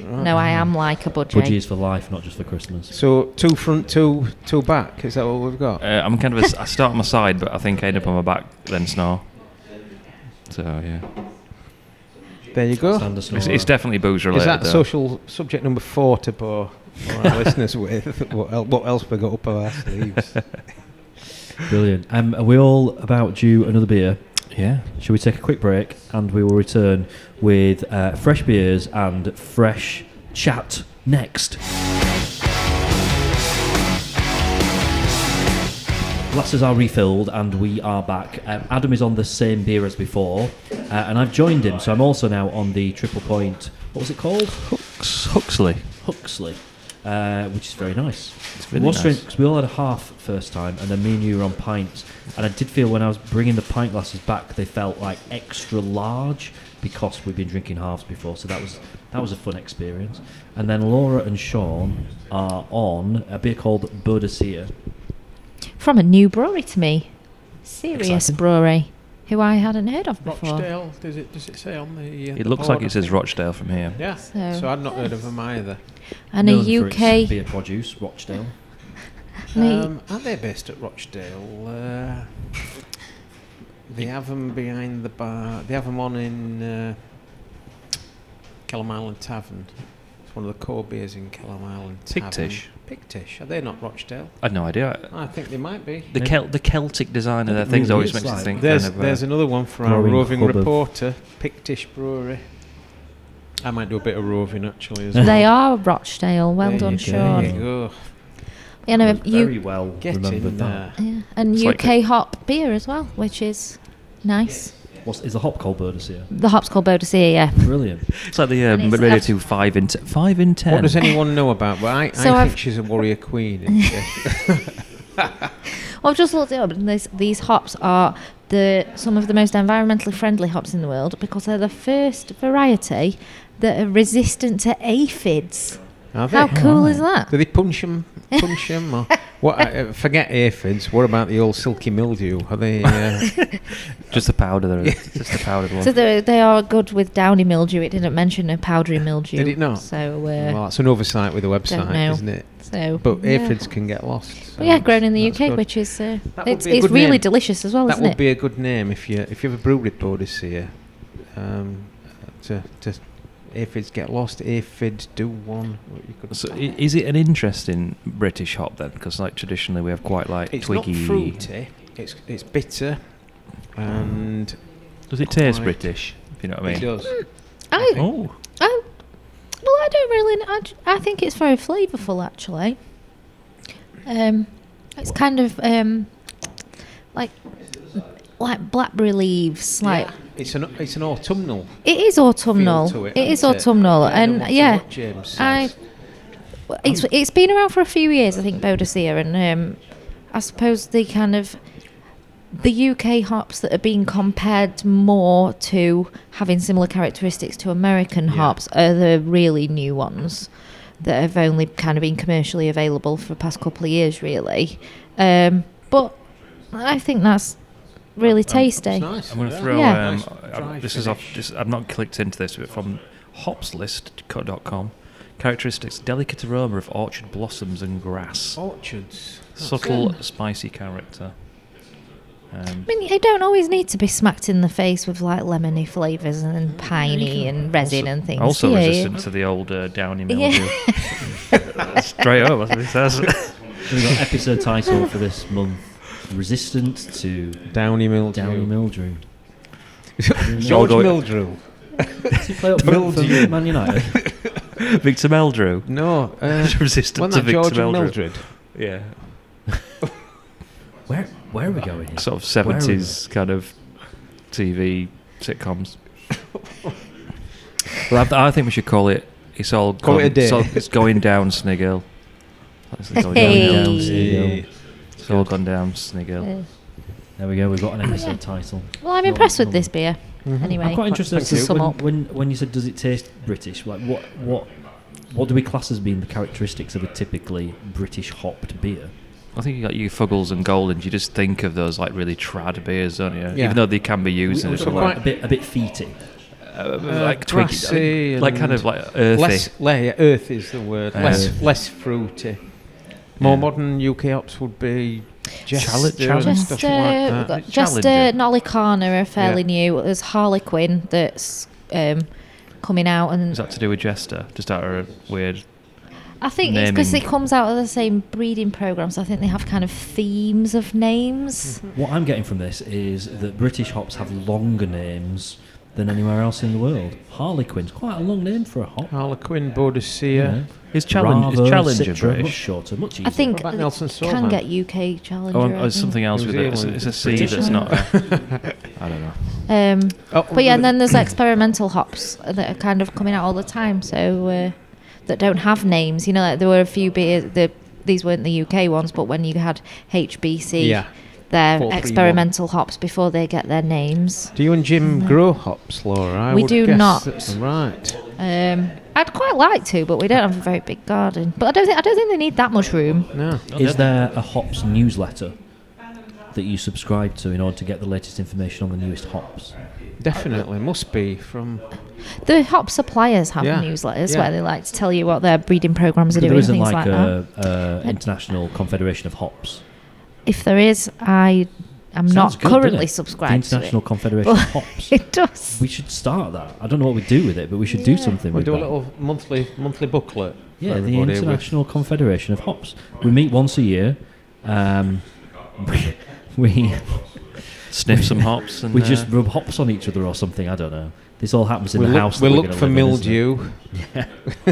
Speaker 2: No, I am like a budgie.
Speaker 1: Budgie is for life, not just for Christmas.
Speaker 3: So, two front, two two back. Is that what we've got?
Speaker 4: uh, I'm kind of. A, s- I start on my side, but I think I end up on my back, then snore. So yeah,
Speaker 3: There you go.
Speaker 1: Standard
Speaker 4: it's,
Speaker 1: snorer.
Speaker 4: it's definitely booze related.
Speaker 3: Is that
Speaker 4: though.
Speaker 3: social subject number four to bore bore our listeners with? What, el- what else we got up our sleeves?
Speaker 1: Brilliant. Um, are we all about due another beer?
Speaker 4: Yeah.
Speaker 1: Shall we take a quick break and we will return with uh, fresh beers and fresh chat next? Glasses are refilled and we are back. Um, Adam is on the same beer as before, uh, and I've joined him, so I'm also now on the triple point. What was it called?
Speaker 4: Hooks, Huxley.
Speaker 1: Huxley, uh, which is very nice.
Speaker 4: It's really
Speaker 1: we all
Speaker 4: nice.
Speaker 1: drank- 'cause we all had a half first time, and then me and you were on pints. And I did feel when I was bringing the pint glasses back, they felt like extra large because we've been drinking halves before. So that was that was a fun experience. And then Laura and Sean are on a beer called Bodicea.
Speaker 2: From a new brewery to me, serious
Speaker 1: Exciting.
Speaker 2: brewery, who I hadn't heard of before.
Speaker 3: Rochdale, does it, does it say on the. Uh,
Speaker 4: It looks like it says Rochdale from here.
Speaker 3: Yeah,
Speaker 2: So-
Speaker 3: so, I'd not heard of them either.
Speaker 2: And
Speaker 1: known for its
Speaker 2: a UK,
Speaker 1: beer produce, Rochdale.
Speaker 2: and a-
Speaker 3: Um, are they based at Rochdale? Uh, they have them behind the bar. They have them on in uh, Kellam Island Tavern. It's one of the core beers in Kellam Island Tavern.
Speaker 4: Pictish.
Speaker 3: Pictish. Are they not Rochdale?
Speaker 4: I had no idea.
Speaker 3: I think they might be.
Speaker 4: The, Kel- the Celtic design of their
Speaker 1: It
Speaker 4: things
Speaker 1: really
Speaker 4: always
Speaker 1: is
Speaker 4: makes me
Speaker 1: like-
Speaker 4: think.
Speaker 3: There's,
Speaker 4: kind of, uh,
Speaker 3: there's another one for our
Speaker 1: Growing
Speaker 3: roving
Speaker 1: hub of-
Speaker 3: reporter, Pictish Brewery. I might do a bit of roving actually as well.
Speaker 2: they are Rochdale. Well
Speaker 3: There
Speaker 2: done,
Speaker 3: you
Speaker 1: go.
Speaker 2: Sean.
Speaker 3: There you go.
Speaker 2: You know, you,
Speaker 1: very well
Speaker 3: Get in
Speaker 1: remembered that.
Speaker 3: there.
Speaker 2: yeah. and
Speaker 4: It's
Speaker 2: UK
Speaker 4: like
Speaker 2: hop beer as well, which is nice.
Speaker 1: What's, is the hop called Bodicea?
Speaker 2: The hop's called Bodicea, yeah.
Speaker 1: Brilliant.
Speaker 4: It's like the uh,
Speaker 2: And it's
Speaker 4: Radio
Speaker 2: up-
Speaker 4: 2 5 in, t- five in 10.
Speaker 3: What does anyone know about? Well, I,
Speaker 2: So
Speaker 3: I
Speaker 2: I've-
Speaker 3: think she's a warrior queen. isn't she?
Speaker 2: Well, I've just looked it up, and this, these hops are the some of the most environmentally friendly hops in the world because they're the first variety that are resistant to aphids.
Speaker 3: Are they?
Speaker 2: How cool is that?
Speaker 3: Do they punch them? Punch 'em Or what? I, uh, forget aphids. What about the old silky mildew? Are they? Uh,
Speaker 4: Just the powder. There is. Just the powdered one.
Speaker 2: So they they are good with downy mildew. It didn't mention a powdery mildew.
Speaker 3: Did it not?
Speaker 2: So, uh,
Speaker 3: well, that's an oversight with the website,
Speaker 2: know.
Speaker 3: isn't it?
Speaker 2: so
Speaker 3: But
Speaker 2: yeah.
Speaker 3: aphids can get lost. so
Speaker 2: Well, yeah, grown in the
Speaker 3: that's
Speaker 2: UK,
Speaker 3: good.
Speaker 2: which is uh,
Speaker 3: That would
Speaker 2: it's,
Speaker 3: be a
Speaker 2: it's
Speaker 3: good
Speaker 2: really
Speaker 3: name.
Speaker 2: delicious as well,
Speaker 3: that
Speaker 2: isn't
Speaker 3: would
Speaker 2: it?
Speaker 3: be a good name if you if you ever brewed it Boadicea. Um, to to aphids get lost. Aphids do one. What you could
Speaker 4: So i- is it an interesting British hop then? Because like traditionally we have quite like
Speaker 3: it's
Speaker 4: twiggy.
Speaker 3: not fruity. It's it's bitter, and
Speaker 4: Does it taste
Speaker 3: Quite.
Speaker 4: British? If you know what I
Speaker 3: it
Speaker 4: mean.
Speaker 3: does.
Speaker 2: I, I,
Speaker 4: Oh,
Speaker 2: well, I don't really. kn- I, d- I think it's very flavourful, actually. Um, it's kind of um, like like blackberry leaves, like
Speaker 3: It's an it's an autumnal
Speaker 2: it is autumnal.
Speaker 3: feel to it.
Speaker 2: it is
Speaker 3: hasn't
Speaker 2: autumnal,
Speaker 3: I don't know
Speaker 2: and
Speaker 3: what-
Speaker 2: yeah,
Speaker 3: what James says.
Speaker 2: I. well, It's it's been around for a few years, I think, Boadicea, and um, I suppose the kind of the UK hops that are being compared more to having similar characteristics to American
Speaker 3: Yeah.
Speaker 2: hops are the really new ones that have only kind of been commercially available for the past couple of years, really. Um, but I think that's really tasty.
Speaker 3: It's nice.
Speaker 4: I'm going to
Speaker 3: Yeah.
Speaker 4: throw.
Speaker 2: Yeah.
Speaker 4: Um,
Speaker 3: Nice
Speaker 4: I- I-
Speaker 3: dry
Speaker 4: this is off.
Speaker 3: finish.
Speaker 4: This, I've not clicked into this, but from hopslist.com. Characteristics: delicate aroma of orchard blossoms and grass,
Speaker 3: Orchards. Oh, That's
Speaker 4: subtle,
Speaker 2: good.
Speaker 4: spicy character. Um,
Speaker 2: I mean, you don't always need to be smacked in the face with like lemony flavours and piney and resin and things.
Speaker 4: also
Speaker 2: do you?
Speaker 4: resistant to the old uh, downy mildew.
Speaker 2: Yeah.
Speaker 4: Straight up, that's what it says.
Speaker 1: We've got episode title for this month Resistant to
Speaker 3: it. Downy mildew.
Speaker 1: Downy Mildew.
Speaker 3: George
Speaker 4: Although-
Speaker 3: Mildrew.
Speaker 1: Does he play up for, for
Speaker 3: Mildew.
Speaker 1: Man United?
Speaker 4: Victor Meldrew.
Speaker 3: No, uh,
Speaker 4: resistant
Speaker 3: wasn't
Speaker 4: to
Speaker 3: that
Speaker 4: Victor
Speaker 3: George
Speaker 4: Meldrew.
Speaker 3: Mildred?
Speaker 4: Yeah,
Speaker 1: Where, where are we going here?
Speaker 4: sort of
Speaker 1: Where are we?
Speaker 4: seventies kind of TV sitcoms. well, I, I think we should call it. It's all
Speaker 3: Call it
Speaker 4: gone-
Speaker 3: a day.
Speaker 4: It's, all- it's going down, Sniggill. It's all
Speaker 2: Hey.
Speaker 4: gone down,
Speaker 1: Hey.
Speaker 4: Sniggill. It's all gone down, Sniggill.
Speaker 2: Uh,
Speaker 1: There we go, we've got an episode title.
Speaker 2: well, I'm
Speaker 1: Not-
Speaker 2: impressed with
Speaker 1: not-
Speaker 2: this beer.
Speaker 3: Mhm.
Speaker 2: Anyway,
Speaker 1: I'm quite interested
Speaker 2: to
Speaker 1: as to
Speaker 2: sum
Speaker 1: when,
Speaker 2: up.
Speaker 1: when, when you said, does it taste British? Like, what, what, what do we class as being the characteristics of a typically British hopped beer?
Speaker 4: I think you got your Fuggles and Goldens. You just think of those like really trad beers, don't you?
Speaker 3: Yeah.
Speaker 4: Even though they can be
Speaker 1: We-
Speaker 4: used in
Speaker 1: we've
Speaker 4: a
Speaker 1: got
Speaker 4: way.
Speaker 1: like a bit, a bit feety.
Speaker 4: Uh,
Speaker 3: Uh,
Speaker 4: like twig,
Speaker 3: grassy
Speaker 4: like kind
Speaker 3: and
Speaker 4: of like earthy.
Speaker 3: Less, le- earth is the word.
Speaker 4: Uh,
Speaker 3: less, less fruity. More
Speaker 4: Yeah.
Speaker 3: modern UK hops would be Jester
Speaker 4: Chal-
Speaker 3: and
Speaker 4: challenge.
Speaker 2: Jester,
Speaker 3: stuff like
Speaker 2: uh, we've
Speaker 3: that.
Speaker 2: got
Speaker 4: It's
Speaker 2: Jester,
Speaker 4: challenging.
Speaker 2: Nolicana are fairly
Speaker 3: Yeah.
Speaker 2: new. There's Harlequin that's um, coming out, and
Speaker 4: Is that to do with Jester? Just out of a weird.
Speaker 2: I think it's because it
Speaker 4: naming?
Speaker 2: comes out of the same breeding program, so I think they have kind of themes of names.
Speaker 1: What I'm getting from this is that British hops have longer names than anywhere else in the world. Harlequin's quite a long name for a hop.
Speaker 3: Harlequin,
Speaker 1: you
Speaker 3: Boadicea.
Speaker 1: know.
Speaker 4: His challenge. His
Speaker 1: Rather,
Speaker 4: challenge
Speaker 1: Citra, much shorter, much easier.
Speaker 2: I think
Speaker 3: about
Speaker 2: they
Speaker 3: Nelson
Speaker 2: can
Speaker 3: Solomon?
Speaker 2: get UK challenger.
Speaker 4: Oh,
Speaker 2: I
Speaker 4: and, oh,
Speaker 2: think.
Speaker 4: something else
Speaker 3: New
Speaker 4: with it. It's, a-
Speaker 3: Zealand.
Speaker 4: it's a C
Speaker 1: British,
Speaker 4: that's
Speaker 1: isn't
Speaker 4: not. uh, a- I don't know.
Speaker 2: Um,
Speaker 3: Oh,
Speaker 2: But yeah, and then there's experimental hops that are kind of coming out all the time, so uh, that don't have names. You know, like there were a few beers. The these weren't the UK ones, but when you had HBC,
Speaker 3: Yeah.
Speaker 2: their
Speaker 3: 431.
Speaker 2: experimental hops before they get their names.
Speaker 3: Do you and Jim grow hops, Laura? I
Speaker 2: Mm-hmm. We
Speaker 3: would
Speaker 2: do
Speaker 3: guess
Speaker 2: not.
Speaker 3: that's Right.
Speaker 2: Um, I'd quite like to, but we don't have a very big garden. But I don't think I don't think they need that much room.
Speaker 3: No.
Speaker 1: Is there a hops newsletter that you subscribe to in order to get the latest information on the newest hops?
Speaker 3: Definitely must be from.
Speaker 2: The hop suppliers have
Speaker 3: Yeah,
Speaker 2: newsletters
Speaker 3: yeah.
Speaker 2: where they like to tell you what their breeding programs are
Speaker 1: there
Speaker 2: doing and
Speaker 1: isn't
Speaker 2: things
Speaker 1: like,
Speaker 2: like, that.
Speaker 1: a, a international confederation of hops.
Speaker 2: If there is, I am
Speaker 1: Sounds
Speaker 2: not
Speaker 1: good, doesn't
Speaker 2: currently
Speaker 1: it?
Speaker 2: subscribed.
Speaker 1: The International
Speaker 2: to
Speaker 1: Confederation of Hops.
Speaker 2: it. it does.
Speaker 1: We should start that. I don't know what we do with it, but we should do
Speaker 2: Yeah.
Speaker 1: something.
Speaker 3: We
Speaker 1: with
Speaker 3: do a
Speaker 1: that.
Speaker 3: little monthly monthly booklet. for
Speaker 1: Yeah, the
Speaker 3: everybody with-
Speaker 1: International Confederation of Hops. We meet once a year. Um, we we,
Speaker 4: Sniff some hops and
Speaker 1: we just
Speaker 4: uh,
Speaker 1: rub hops on each other or something. I don't know. This all happens in
Speaker 3: we
Speaker 1: the
Speaker 3: look,
Speaker 1: house.
Speaker 3: we
Speaker 1: that we're
Speaker 3: look
Speaker 1: gonna
Speaker 3: for
Speaker 1: live in, isn't it?
Speaker 3: mildew.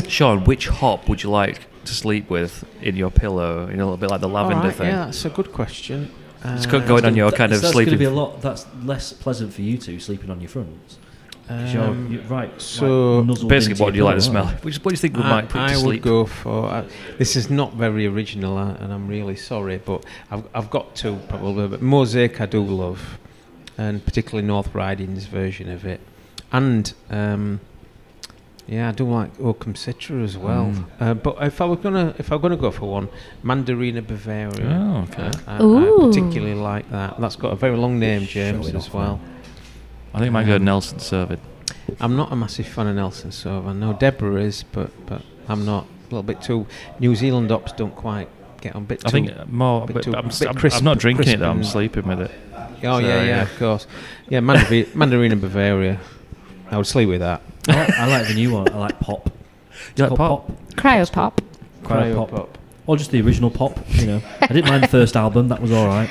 Speaker 4: Sean, which hop would you like to sleep with in your pillow? You know, a little bit like the lavender
Speaker 3: Alright,
Speaker 4: thing.
Speaker 3: Yeah, that's a good question.
Speaker 4: It's got going on your kind
Speaker 1: Th-
Speaker 4: of
Speaker 1: that's going to be a
Speaker 4: sleeping.
Speaker 1: lot. That's less pleasant for you two sleeping on your fronts. 'Cause you're-
Speaker 3: Um,
Speaker 1: you're right.
Speaker 3: so-
Speaker 1: like, nuzzled
Speaker 4: Basically,
Speaker 1: into
Speaker 4: what do you
Speaker 1: your
Speaker 4: like to
Speaker 1: pillow,
Speaker 4: smell?
Speaker 1: aren't
Speaker 4: Which, what do you think would
Speaker 3: I,
Speaker 4: might put you
Speaker 3: I
Speaker 4: to
Speaker 3: would
Speaker 4: sleep?
Speaker 3: go for. I, this is not very original, uh, and I'm really sorry, but I've, I've got two probably. But Mosaic, I do love, and particularly North Riding's version of it, and um, yeah, I do like Oakham Citra as well.
Speaker 4: Mm.
Speaker 3: Uh, but if I were gonna, if I'm gonna go for one, Mandarina Bavaria.
Speaker 4: Oh, okay.
Speaker 3: Uh, I, I
Speaker 2: Ooh.
Speaker 3: particularly like that. That's got a very long name,
Speaker 1: Showing
Speaker 3: James,
Speaker 1: off
Speaker 3: as
Speaker 1: now.
Speaker 3: well.
Speaker 4: I think I might go Nelson Servid.
Speaker 3: I'm not a massive fan of Nelson Silva. No, Deborah is, but but I'm not. A little bit too. New Zealand ops don't quite get on. Bit
Speaker 4: I
Speaker 3: too-
Speaker 4: think more.
Speaker 3: bit
Speaker 4: But
Speaker 3: too-
Speaker 4: I'm,
Speaker 3: bit
Speaker 4: I'm,
Speaker 3: crisp-
Speaker 4: I'm not drinking it
Speaker 3: crisp
Speaker 4: though. I'm
Speaker 3: and-
Speaker 4: sleeping with it.
Speaker 1: uh,
Speaker 3: Oh yeah,
Speaker 4: Sorry,
Speaker 3: yeah,
Speaker 4: yeah.
Speaker 3: of course. Yeah, Mandavi- Mandarina Bavaria. I would sleep with that.
Speaker 1: I like, I like the new one. I like pop.
Speaker 4: You like
Speaker 1: Called
Speaker 4: pop?
Speaker 2: Cryopop.
Speaker 1: Cryo
Speaker 3: Cryo
Speaker 1: pop. Or just the original pop. You know, I didn't mind the first album. That was all right.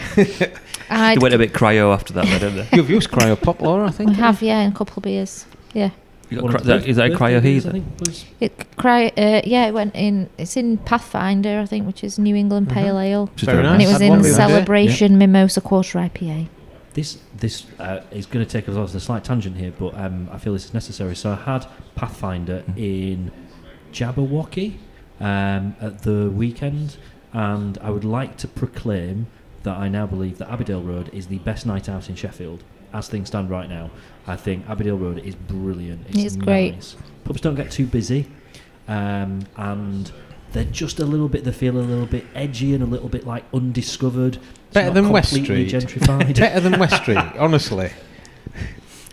Speaker 2: I
Speaker 4: They went a bit cryo after that, though, didn't they?
Speaker 3: You've used cryo pop, Laura, I
Speaker 2: We
Speaker 3: think.
Speaker 2: have, yeah, and a couple of beers. Yeah.
Speaker 4: You got
Speaker 1: One
Speaker 4: cry-
Speaker 1: of
Speaker 4: is
Speaker 1: the
Speaker 4: that- is that a
Speaker 1: birth-
Speaker 4: cryo
Speaker 1: birthdays,
Speaker 4: heather?
Speaker 1: I think it was.
Speaker 2: It c- cry, uh, yeah, it went in, it's in Pathfinder, I
Speaker 3: Mm-hmm.
Speaker 2: think, which is New England Pale Ale.
Speaker 4: Which is
Speaker 3: Very
Speaker 4: very
Speaker 3: nice.
Speaker 2: And it was
Speaker 3: Had one
Speaker 2: in
Speaker 3: the other day.
Speaker 2: Celebration Mimosa Quarter IPA.
Speaker 1: This this uh, is going to take us on to a slight tangent here, but um, I feel this is necessary. So I had Pathfinder
Speaker 3: Mm-hmm.
Speaker 1: in Jabberwocky um, at the weekend, and I would like to proclaim that I now believe that Abbeydale Road is the best night out in Sheffield as things stand right now. I think Abbeydale Road is brilliant. It's,
Speaker 2: It's great.
Speaker 1: nice. Pubs don't get too busy, um, and they're just a little bit. They feel a little bit edgy and a little bit like undiscovered. It's
Speaker 3: Better
Speaker 1: not
Speaker 3: than West
Speaker 1: completely
Speaker 3: Street.
Speaker 1: Gentrified.
Speaker 3: Better than West Street, honestly.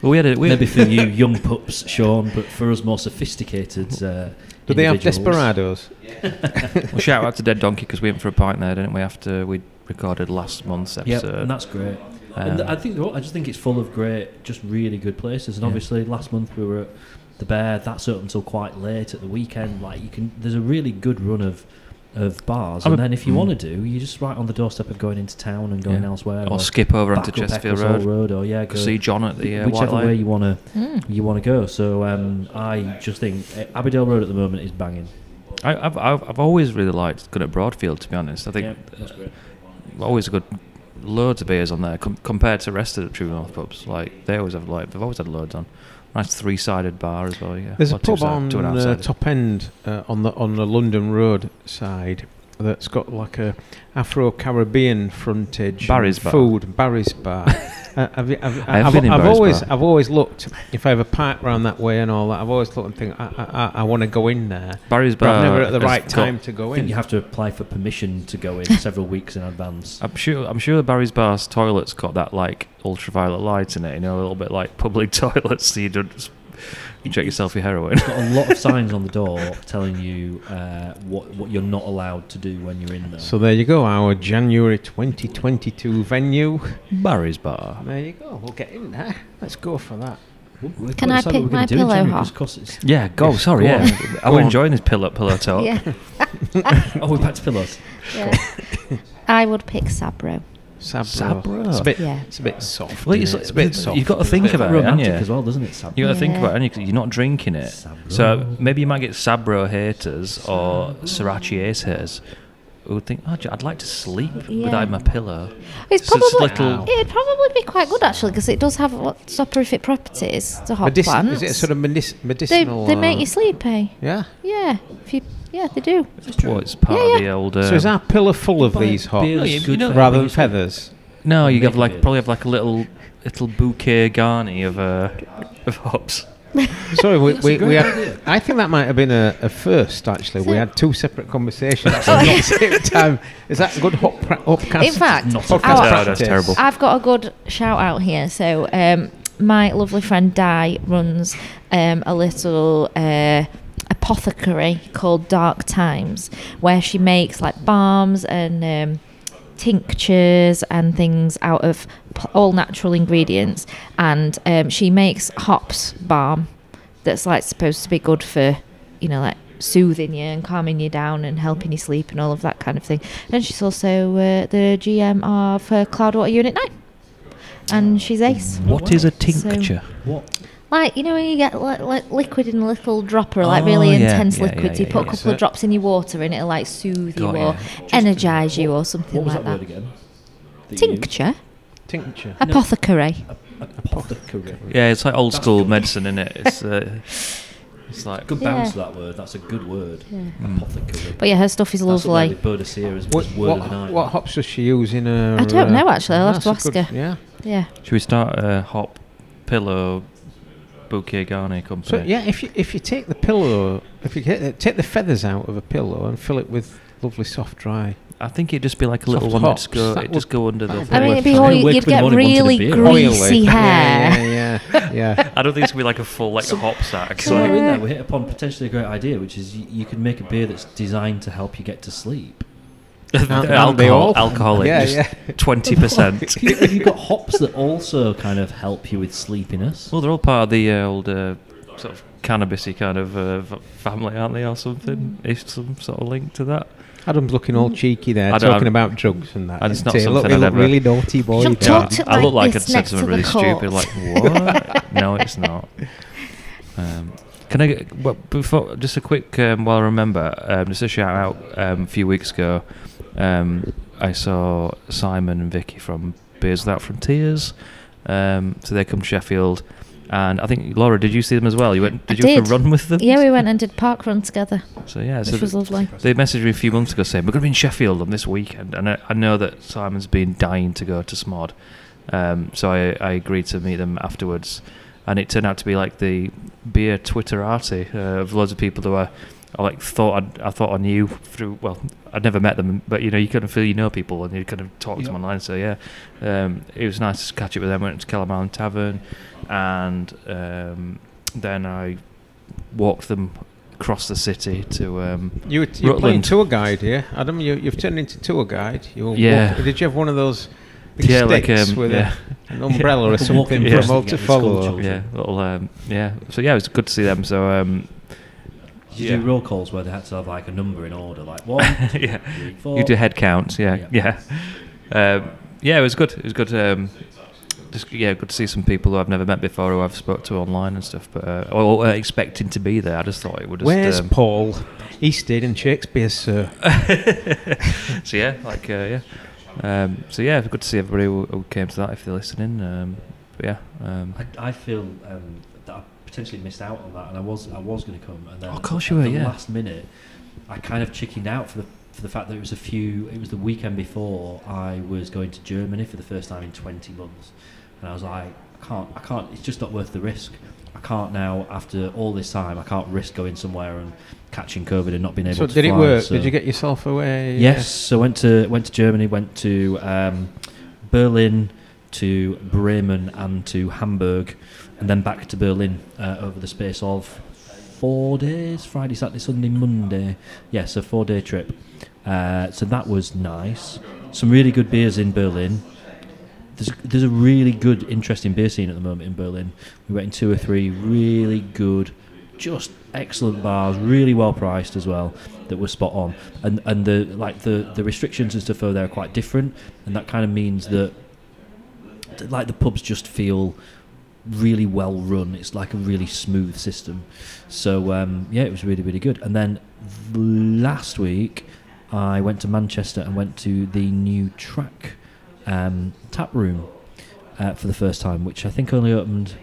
Speaker 4: Well, we had a, we
Speaker 1: Maybe for you young pups, Sean, but for us more sophisticated. Uh,
Speaker 3: Do they have
Speaker 1: individuals.
Speaker 3: desperados?
Speaker 4: well, shout out to Dead Donkey because we went for a pint there, didn't we? After we recorded last month's
Speaker 1: Yeah,
Speaker 4: episode.
Speaker 1: and that's great.
Speaker 4: Um,
Speaker 1: and th- I think they're all- I just think it's full of great, just really good places. And
Speaker 4: Yeah.
Speaker 1: obviously, last month we were at the Bear. That's open until quite late at the weekend. Like you can, there's a really good run of of bars.
Speaker 4: I'm
Speaker 1: and
Speaker 4: a-
Speaker 1: then if you
Speaker 4: Mm.
Speaker 1: want to do, you're just right on the doorstep of going into town and going
Speaker 4: Yeah.
Speaker 1: elsewhere,
Speaker 4: or skip over onto
Speaker 1: back up
Speaker 4: Chesterfield
Speaker 1: Ecclesall
Speaker 4: Road.
Speaker 1: Road, or yeah,
Speaker 4: Go
Speaker 1: go
Speaker 4: see John at the uh, White
Speaker 1: whichever way
Speaker 4: Lion.
Speaker 1: you want to
Speaker 2: Mm.
Speaker 1: you want to go. So um, I just think uh, Abbeydale Road at the moment is banging.
Speaker 4: I, I've, I've I've always really liked good at Broadfield. To be honest, I think
Speaker 1: Yeah, that's great.
Speaker 4: always good loads of beers on there com- compared to the rest of the True North pubs. Like they always have like they've always had loads on. Nice three sided bar as well. Yeah,
Speaker 3: There's a
Speaker 4: Well, two
Speaker 3: pub
Speaker 4: side-
Speaker 3: on
Speaker 4: two and a half
Speaker 3: uh,
Speaker 4: sided.
Speaker 3: top end uh, on the on the London Road side that's got like a Afro Caribbean frontage.
Speaker 4: Barry's
Speaker 3: and
Speaker 4: Bar.
Speaker 3: Food Barry's Bar. Uh, I've, I've, I've,
Speaker 4: I have been in
Speaker 3: I've
Speaker 4: Barry's
Speaker 3: always
Speaker 4: Bar.
Speaker 3: I've always looked if I ever park round that way and all that. I've always looked and think I I, I, I want to go in there,
Speaker 4: Barry's
Speaker 3: but
Speaker 4: bar.
Speaker 3: I'm never at the
Speaker 4: has
Speaker 3: right
Speaker 4: got-
Speaker 3: time to go
Speaker 1: I think
Speaker 3: in.
Speaker 1: you have to apply for permission to go in several weeks in advance.
Speaker 4: I'm sure. I'm sure Barry's bar's toilet's got that like ultraviolet light in it. You know, a little bit like public toilets. So you don't just, you check yourself your heroin.
Speaker 1: It's got a lot of signs on the door telling you uh, what what you're not allowed to do when you're in there.
Speaker 3: So there you go, our January 2022 venue.
Speaker 4: Barry's bar.
Speaker 3: There you go. We'll get in there. Let's go for that.
Speaker 1: We've got
Speaker 2: Can
Speaker 1: to
Speaker 2: I
Speaker 1: decide what
Speaker 2: pick
Speaker 1: we're gonna
Speaker 2: my
Speaker 1: do in
Speaker 2: pillow
Speaker 1: January,
Speaker 2: hot?
Speaker 1: 'cause- 'cause it's-
Speaker 4: Yeah, go. Sorry,
Speaker 3: go
Speaker 4: yeah.
Speaker 3: on.
Speaker 4: I'm enjoying this pillow pillow talk.
Speaker 2: Yeah.
Speaker 1: Oh, we're back to pillows.
Speaker 2: yeah. I would pick Sabro.
Speaker 3: Sabro.
Speaker 4: Sabro.
Speaker 3: It's a bit.
Speaker 2: Yeah.
Speaker 3: It's a bit soft.
Speaker 4: Well,
Speaker 3: innit?
Speaker 4: it's,
Speaker 3: it's, a bit soft.
Speaker 4: You've got to think
Speaker 1: It's
Speaker 4: about it, haven't
Speaker 1: romantic
Speaker 4: you?
Speaker 1: as well, doesn't it? Sam?
Speaker 4: You got to think
Speaker 2: Yeah.
Speaker 4: about it, because you're not drinking it. So
Speaker 1: Sabro.
Speaker 4: maybe you might get Sabro haters or Sriracha haters who would think, oh, gee, I'd like to sleep
Speaker 2: Yeah.
Speaker 4: without my pillow.
Speaker 2: It's
Speaker 4: So
Speaker 2: probably
Speaker 4: it's little-
Speaker 2: it'd probably be quite good actually because it does have what soporific properties. The hot
Speaker 3: Medici-
Speaker 2: plants.
Speaker 3: Is it sort of medic-
Speaker 2: they,
Speaker 3: medicinal?
Speaker 2: they make
Speaker 3: uh,
Speaker 2: you sleepy.
Speaker 3: Yeah.
Speaker 2: Yeah, if you yeah they do.
Speaker 4: Well, it's part
Speaker 2: Yeah,
Speaker 4: of
Speaker 2: yeah.
Speaker 4: the old. Um,
Speaker 3: so is our pillow full of these hot,
Speaker 1: Beer's
Speaker 4: No, Oh, you- you
Speaker 1: good
Speaker 4: know-
Speaker 1: for
Speaker 3: rather than
Speaker 1: beer's
Speaker 3: feathers?
Speaker 4: no, you
Speaker 1: Make
Speaker 4: have like
Speaker 1: beers.
Speaker 4: probably have like a little little bouquet garni of uh, of hops.
Speaker 3: Sorry, we, we,
Speaker 1: great
Speaker 3: we
Speaker 1: idea.
Speaker 3: had, I think that might have been a, a first. Actually, we had two separate conversations at
Speaker 2: Oh,
Speaker 3: the
Speaker 2: yeah.
Speaker 3: same time. Is that good hot pra- upcast?
Speaker 2: In fact,
Speaker 1: not
Speaker 3: podcast
Speaker 1: a- No,
Speaker 2: our-
Speaker 4: that's terrible.
Speaker 2: I've got a good shout out here. So, um, my lovely friend Di runs um, a little uh, apothecary called Dark Times, where she makes like balms and um, tinctures and things out of p- all natural ingredients, and um, she makes hops balm that's like supposed to be good for, you know, like soothing you and calming you down and helping you sleep and all of that kind of thing. And she's also uh, the GM of uh, Cloudwater Unit 9. And she's ace.
Speaker 4: What
Speaker 1: wow.
Speaker 4: is a
Speaker 1: So-
Speaker 4: tincture?
Speaker 1: What?
Speaker 2: Like, you know, when you get li- like liquid in a little dropper, like
Speaker 4: Oh,
Speaker 2: really
Speaker 4: yeah,
Speaker 2: intense
Speaker 4: yeah, yeah,
Speaker 2: liquids, you
Speaker 4: yeah,
Speaker 2: put a
Speaker 4: yeah.
Speaker 2: couple of drops in your water and it'll like soothe you
Speaker 4: Got
Speaker 2: or
Speaker 4: ya.
Speaker 2: energize you or something
Speaker 1: What was
Speaker 2: like
Speaker 1: that
Speaker 2: that.
Speaker 1: word again? that you used?
Speaker 2: Tincture?
Speaker 3: Tincture.
Speaker 1: No.
Speaker 2: Apothecary.
Speaker 1: Apothecary.
Speaker 4: Yeah, it's like old
Speaker 1: That's
Speaker 4: school
Speaker 1: good.
Speaker 4: medicine, isn't it? It's uh, it's like hmm.
Speaker 1: Good
Speaker 2: Yeah.
Speaker 1: bounce to that word. That's a good word.
Speaker 2: Yeah.
Speaker 4: Mm.
Speaker 1: Apothecary.
Speaker 2: But yeah, her stuff is
Speaker 1: That's up there
Speaker 2: lovely.
Speaker 1: with Boadicea as-
Speaker 3: What,
Speaker 1: as word of the
Speaker 3: what,
Speaker 1: night.
Speaker 3: what hops does she use in her?
Speaker 2: I don't
Speaker 3: uh,
Speaker 2: know, actually. I'll have to
Speaker 3: that's a
Speaker 2: ask
Speaker 3: good-
Speaker 2: her.
Speaker 3: Yeah.
Speaker 2: Yeah.
Speaker 4: Should we start a hop pillow bouquet garni company?
Speaker 3: So yeah, if you if you take the pillow, if you get, take the feathers out of a pillow and fill it with lovely soft dry.
Speaker 4: I think it'd just be like a little
Speaker 3: Soft
Speaker 4: one
Speaker 3: hops,
Speaker 4: that's go.
Speaker 3: that
Speaker 4: It just
Speaker 3: would-
Speaker 4: go under the.
Speaker 3: that
Speaker 2: I
Speaker 4: Thing.
Speaker 2: mean,
Speaker 3: would
Speaker 2: it'd be
Speaker 3: fine.
Speaker 2: all,
Speaker 1: It would
Speaker 2: you'd
Speaker 1: be
Speaker 2: get
Speaker 1: one in one to the
Speaker 2: really
Speaker 1: beer.
Speaker 2: greasy hair.
Speaker 3: Yeah, yeah, yeah.
Speaker 4: I don't think it's gonna be like a full like a hop sack.
Speaker 1: So
Speaker 4: like-
Speaker 1: we're in there, we hit upon potentially a great idea, which is you, you could make a beer that's designed to help you get to sleep.
Speaker 3: Aren't they
Speaker 4: alcohol,
Speaker 3: all?
Speaker 4: alcoholic,
Speaker 3: Yeah,
Speaker 4: just twenty percent.
Speaker 1: If you- if you've got hops that also kind of help you with sleepiness,
Speaker 4: Well, they're all part of the uh, old uh, sort of cannabisy kind of uh, v- family, aren't they, or something? If some sort of link to that.
Speaker 3: Adam's looking all cheeky there,
Speaker 4: I don't-
Speaker 3: talking about drugs and that.
Speaker 4: And it's
Speaker 3: didn't
Speaker 4: not
Speaker 3: he?
Speaker 4: something
Speaker 3: look, he
Speaker 4: I'd
Speaker 3: look
Speaker 4: ever-
Speaker 3: really naughty boy.
Speaker 2: Don't
Speaker 3: there.
Speaker 2: talk to-
Speaker 4: I look like
Speaker 2: this
Speaker 4: I'd said
Speaker 2: next
Speaker 4: something
Speaker 2: to the
Speaker 4: really stupid,
Speaker 2: corpse.
Speaker 4: like what? no, it's not. Um, can I get well, before just a quick um, while I remember um, just a shout out um, a few weeks ago. Um, I saw Simon and Vicky from Beers Without Frontiers. Um, so they come to Sheffield, and I think Laura, did you see them as well? You went?
Speaker 2: I
Speaker 4: Did you have
Speaker 2: did.
Speaker 4: to run with them?
Speaker 2: Yeah, we went and did park run together,
Speaker 4: So yeah, so
Speaker 2: which was
Speaker 4: th-
Speaker 2: lovely.
Speaker 4: they messaged me a few months ago saying we're going to be in Sheffield on this weekend, and I, I know that Simon's been dying to go to Smod, um, so I, I agreed to meet them afterwards, and it turned out to be like the beer Twitterati uh, of loads of people who I, I like thought I'd, I thought I knew through well I'd never met them, but you know you kind of feel you know people and you kind of talk to them
Speaker 1: Yeah.
Speaker 4: online. So yeah, um, it was nice to catch up with them. Went to Calamine Tavern, and um, then I walked them across the city to. Um,
Speaker 3: You, were- you're playing
Speaker 4: Rutland.
Speaker 3: tour guide here, Adam. You, you've turned into tour guide. You're
Speaker 4: Yeah.
Speaker 3: Walk, did you have one of those big
Speaker 4: Yeah, like,
Speaker 3: sticks
Speaker 4: um,
Speaker 3: with
Speaker 4: yeah.
Speaker 3: a, an umbrella or
Speaker 1: Like a walking
Speaker 3: something
Speaker 4: yeah.
Speaker 3: for them all to
Speaker 1: Yeah, school
Speaker 3: follow?
Speaker 1: children.
Speaker 4: Yeah, little um, yeah. So yeah, it was good to see them. So um,
Speaker 1: Did you
Speaker 4: Yeah.
Speaker 1: do roll calls where they had to have like a number in order, like one,
Speaker 4: yeah,
Speaker 1: three, four?
Speaker 4: you do head counts. Yeah, yeah,
Speaker 1: Yeah.
Speaker 4: um, yeah. It was good. It was good. Um, just yeah, good to see some people who I've never met before who I've spoke to online and stuff. But uh, or, or expecting to be there, I just thought it would. Just,
Speaker 3: Where's
Speaker 4: um,
Speaker 3: Paul? He stayed in Shakespeare, sir.
Speaker 4: so yeah, like uh, yeah. Um, so yeah, it's good to see everybody who, who came to that if they're listening. Um, but yeah, um,
Speaker 1: I, I feel um, that I potentially missed out on that, and I was I was going to come, and then
Speaker 4: Of
Speaker 1: at
Speaker 4: course
Speaker 1: the,
Speaker 4: you
Speaker 1: at
Speaker 4: were,
Speaker 1: the
Speaker 4: yeah.
Speaker 1: last minute, I kind of chickened out for the for the fact that it was a few. It was the weekend before I was going to Germany for the first time in twenty months, and I was like, I can't, I can't. It's just not worth the risk. I can't now after all this time. I can't risk going somewhere and catching COVID and not being able
Speaker 3: So
Speaker 1: to.
Speaker 3: did it
Speaker 1: fly,
Speaker 3: work?
Speaker 1: so-
Speaker 3: Did you get yourself away?
Speaker 1: Yes, so went to went to Germany, went to um, Berlin, to Bremen, and to Hamburg, and then back to Berlin uh, over the space of four days: Friday, Saturday, Sunday, Monday. Yeah, so four day trip. Uh, so that was nice. Some really good beers in Berlin. There's, there's a really good, interesting beer scene at the moment in Berlin. We went in two or three really good, just excellent bars, really well priced as well, that were spot on. And and the like the, the restrictions and stuff over there are quite different, and that kind of means that that, like the pubs just feel really well run. It's like a really smooth system. So um, yeah, it was really really good. And then last week, I went to Manchester and went to the new track um, tap room uh, for the first time, which I think only opened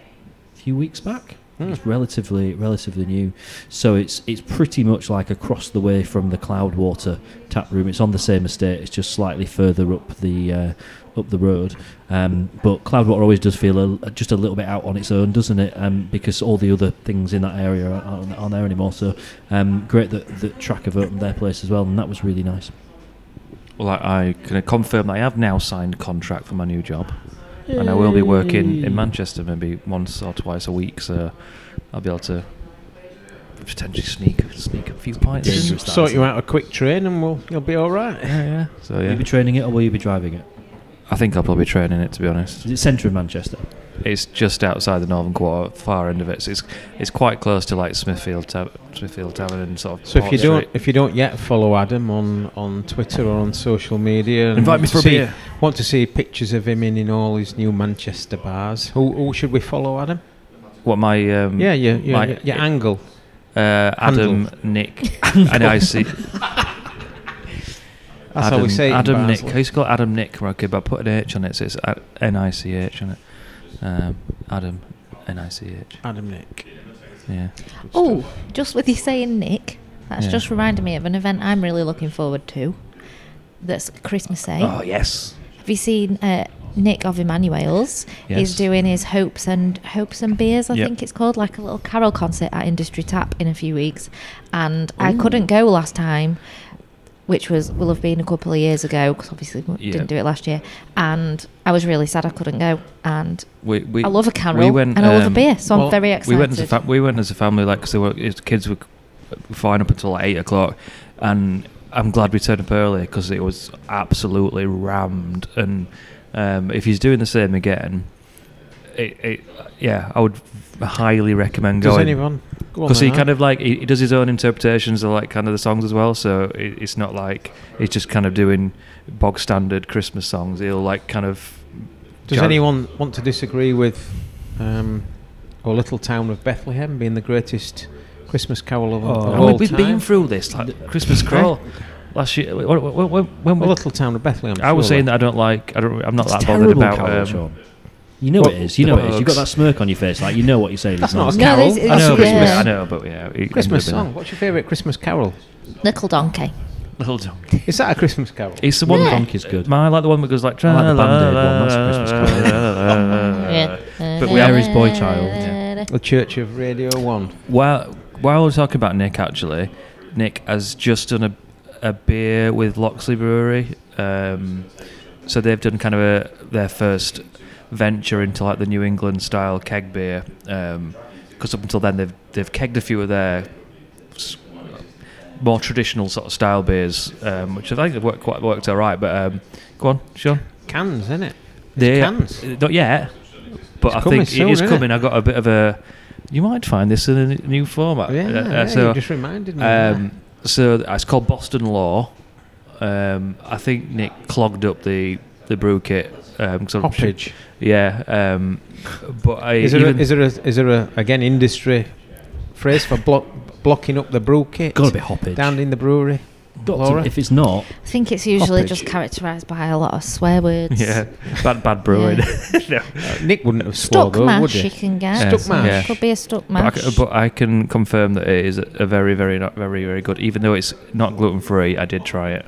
Speaker 1: a few weeks back.
Speaker 3: Hmm.
Speaker 1: It's relatively relatively new, so it's it's pretty much like across the way from the Cloudwater tap room. It's on the same estate. It's just slightly further up the uh, up the road. Um, but Cloudwater always does feel a, just a little bit out on its own, doesn't it? Um, because all the other things in that area aren't, aren't there anymore. So um, great that, that Track have opened their place as well, and that was really nice.
Speaker 4: well, I, I can confirm that I have now signed a contract for my new job. and I will be working
Speaker 3: Hmm.
Speaker 4: in Manchester maybe once or twice a week, so I'll be able to potentially sneak sneak a few pints. in.
Speaker 1: Dangerous. that,
Speaker 3: Sort
Speaker 1: isn't
Speaker 3: you
Speaker 1: it?
Speaker 3: out a quick train, and we'll you'll be all right.
Speaker 4: Yeah, yeah. So
Speaker 1: Will you
Speaker 4: Oh, yeah,
Speaker 1: be training it or will you be driving it?
Speaker 4: I think I'll probably train in it to be honest.
Speaker 1: Is it centre of Manchester?
Speaker 4: It's just outside the northern quarter, far end of it. So it's it's quite close to like Smithfield Ta- Smithfield Tavern and sort of.
Speaker 3: So if
Speaker 4: Port
Speaker 3: you don't
Speaker 4: Street.
Speaker 3: if you don't yet follow Adam on, on Twitter or on social media, and
Speaker 4: invite
Speaker 3: want
Speaker 4: me
Speaker 3: to
Speaker 4: for a
Speaker 3: see-
Speaker 4: beer,
Speaker 3: Want to see pictures of him in, in all his new Manchester bars? Who, who should we follow, Adam?
Speaker 4: what my um,
Speaker 3: Yeah, yeah, yeah.
Speaker 4: my-
Speaker 3: Your, your angle.
Speaker 4: uh, Adam Nick and I see
Speaker 3: That's
Speaker 4: Adam,
Speaker 3: how we say it in
Speaker 4: Adam Nick.
Speaker 3: Basel.
Speaker 4: I used to call it Adam Nick when I was a kid, but I put an H on it, so it's A- N-I-C-H on it. Um, Adam N-I-C-H.
Speaker 3: Adam Nick.
Speaker 4: Yeah.
Speaker 2: Oh, just with you saying Nick, that's
Speaker 4: Yeah.
Speaker 2: just reminded me of an event I'm really looking forward to. That's Christmas Day.
Speaker 4: Oh yes.
Speaker 2: Have you seen uh, Nick of Emmanuel's?
Speaker 4: Yes.
Speaker 2: He's doing his hopes and hopes and beers. I
Speaker 4: Yep.
Speaker 2: think it's called like a little carol concert at Industry Tap in a few weeks, and I couldn't go last time, which was will have been a couple of years ago because obviously we
Speaker 4: Yeah.
Speaker 2: didn't do it last year, and I was really sad I couldn't go. And
Speaker 4: We, we,
Speaker 2: I love a carol and I love a
Speaker 4: um,
Speaker 2: beer, so
Speaker 3: well,
Speaker 2: I'm very excited.
Speaker 4: We went as a fa- we went as a family, like because were his kids were fine up until like eight o'clock, and I'm glad we turned up early because it was absolutely rammed. And um, if he's doing the same again, it, it yeah, I would highly recommend
Speaker 3: Does
Speaker 4: going.
Speaker 3: anyone? Go on
Speaker 4: because he
Speaker 3: then,
Speaker 4: kind
Speaker 3: Adam.
Speaker 4: of like he, he does his own interpretations of like kind of the songs as well so it, it's not like he's just kind of doing bog standard christmas songs he'll like kind of
Speaker 3: Does
Speaker 4: jar-
Speaker 3: anyone want to disagree with um, our little town of Bethlehem being the greatest Christmas carol of,
Speaker 1: Oh.
Speaker 3: of
Speaker 1: I
Speaker 4: And
Speaker 1: mean,
Speaker 3: all
Speaker 4: we, we've
Speaker 3: time?
Speaker 4: been through this like christmas
Speaker 3: Eh?
Speaker 4: crawl Last year, when, when, when, when
Speaker 3: A
Speaker 4: we-
Speaker 3: little town of Bethlehem.
Speaker 4: I was
Speaker 3: surely.
Speaker 4: saying that I don't like. I don't. I'm not
Speaker 1: It's
Speaker 4: that bothered
Speaker 1: terrible,
Speaker 4: about.
Speaker 1: Carol,
Speaker 4: um,
Speaker 1: Sean. You know
Speaker 4: what-
Speaker 1: it is. You
Speaker 4: the
Speaker 1: know it is. You've got that
Speaker 4: bugs.
Speaker 1: smirk on your face. Like you know what you're saying.
Speaker 3: That's
Speaker 1: is
Speaker 3: not
Speaker 1: nonsense.
Speaker 3: a
Speaker 2: No,
Speaker 3: carol.
Speaker 2: this is-
Speaker 4: I
Speaker 2: It's
Speaker 4: know, but
Speaker 2: Christmas.
Speaker 4: I know, but yeah, it-
Speaker 3: Christmas
Speaker 4: it ended up in
Speaker 3: song. What's your favourite Christmas carol?
Speaker 2: Little donkey.
Speaker 4: a Little John.
Speaker 3: Is that a Christmas carol?
Speaker 4: It's the one.
Speaker 2: Yeah.
Speaker 1: Donkey's good.
Speaker 4: I like the one that goes like.
Speaker 1: I like the Band-Aid one, that's a Christmas
Speaker 4: Uh, But we are
Speaker 1: Mary's boy child.
Speaker 3: the Church of Radio One.
Speaker 4: While while we're talking about Nick, actually, Nick has just done a a beer with Loxley Brewery. Um, so they've done kind of a their first venture into like the New England style keg beer. Because up until then they've they've kegged a few of their s- more traditional sort of style beers, um, which I think have worked quite worked all right. But um, go on, Sean.
Speaker 3: Cans, isn't it? It's
Speaker 4: They- uh,
Speaker 3: cans.
Speaker 4: Not yet, but
Speaker 3: It's
Speaker 4: I
Speaker 3: coming
Speaker 4: think
Speaker 3: soon,
Speaker 4: it is
Speaker 3: innit?
Speaker 4: coming. I got a bit of a. You might find this in a n- new format.
Speaker 3: yeah,
Speaker 4: Uh, uh,
Speaker 3: yeah,
Speaker 4: so
Speaker 3: you just reminded me.
Speaker 4: um, so th- it's called Boston Law. Um, I think Nick clogged up the the brew kit. Um, sort of-
Speaker 3: Hoppage.
Speaker 4: Yeah, um, but I
Speaker 3: Is there, a,
Speaker 4: even
Speaker 3: is there, a, is there a, again, industry phrase for block, blocking up the brew kit?
Speaker 1: Got to be hoppage.
Speaker 3: Down in the brewery.
Speaker 1: Got to-
Speaker 3: Laura?
Speaker 1: if it's not,
Speaker 2: I think it's usually
Speaker 1: Hoppage.
Speaker 2: just characterised by a lot of swear words.
Speaker 4: yeah bad bad brewing. no.
Speaker 3: Uh, Nick wouldn't have swore
Speaker 2: Stuck
Speaker 3: though, would
Speaker 2: mash you
Speaker 3: he?
Speaker 2: can get.
Speaker 4: Yeah,
Speaker 3: Stuck mash.
Speaker 4: yeah.
Speaker 2: Could be a stuck
Speaker 4: But I,
Speaker 2: mash.
Speaker 4: c- but I can confirm that it is a- a very, very, not very, very good. Even though it's not gluten free, I did try it,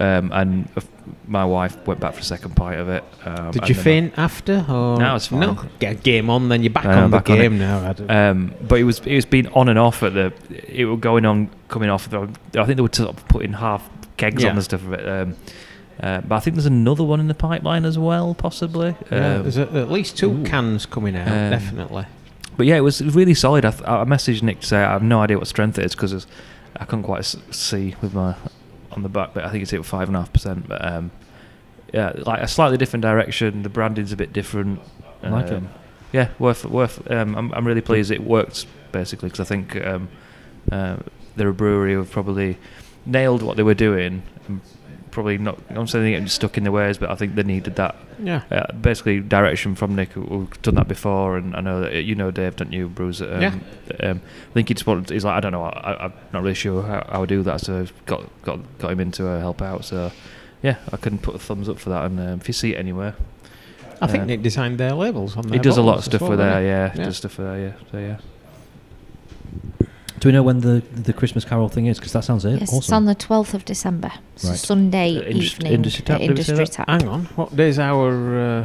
Speaker 4: um, and f- my wife went back for a second pint of it. Um,
Speaker 3: Did
Speaker 4: and
Speaker 3: you
Speaker 4: then I-
Speaker 3: faint after? Or
Speaker 4: No, it's fine.
Speaker 3: No, get game on, then you're back
Speaker 4: I am
Speaker 3: on the
Speaker 4: back on it.
Speaker 3: game now. Adam.
Speaker 4: Um, but it was it was being on and off at the it was going on coming off. The, I think they were sort of putting half kegs
Speaker 3: Yeah.
Speaker 4: on and stuff of it. Um, uh, but I think there's another one in the pipeline as well, possibly.
Speaker 3: Yeah,
Speaker 4: Um,
Speaker 3: there's a, at least two
Speaker 1: Ooh.
Speaker 3: cans coming out,
Speaker 4: Um,
Speaker 3: definitely.
Speaker 4: but yeah, it was really solid. I, th- I messaged Nick to say I have no idea what strength it is because I couldn't quite s- see with my on the back, but I think it's at five and a half percent. But um, yeah, like a slightly different direction. The branding's a bit different. Uh,
Speaker 1: I like it.
Speaker 4: Yeah, worth worth. Um, I'm I'm really pleased it worked basically because I think um, uh, they're a brewery who have probably nailed what they were doing. and Probably not. I'm saying they getting stuck in their ways, but I think they needed that
Speaker 3: Yeah.
Speaker 4: uh, basically direction from Nick, who- who've done that before, and I know that you know Dave, don't you, Bruce? Um,
Speaker 3: Yeah.
Speaker 4: Um, I think he just wanted. He's like, I don't know. I, I'm not really sure how, how I do that. So I've got got got him in to uh, help out. So yeah, I can put a thumbs up for that. And um, if you see it anywhere,
Speaker 3: I think
Speaker 4: uh,
Speaker 3: Nick designed their labels on there.
Speaker 4: he does a lot of stuff with there. Yeah,
Speaker 3: Yeah.
Speaker 4: does stuff with there. Yeah, so yeah.
Speaker 1: do we know when the the Christmas Carol thing is? Because that sounds it.
Speaker 2: Yes, it's
Speaker 1: awesome.
Speaker 2: on the 12th of December. It's a
Speaker 1: Right.
Speaker 2: Sunday
Speaker 4: Uh, indus-
Speaker 2: evening.
Speaker 4: industry tap,
Speaker 2: at
Speaker 4: did we say
Speaker 2: Industry
Speaker 4: that?
Speaker 2: Tap.
Speaker 3: Hang on, what day's our uh,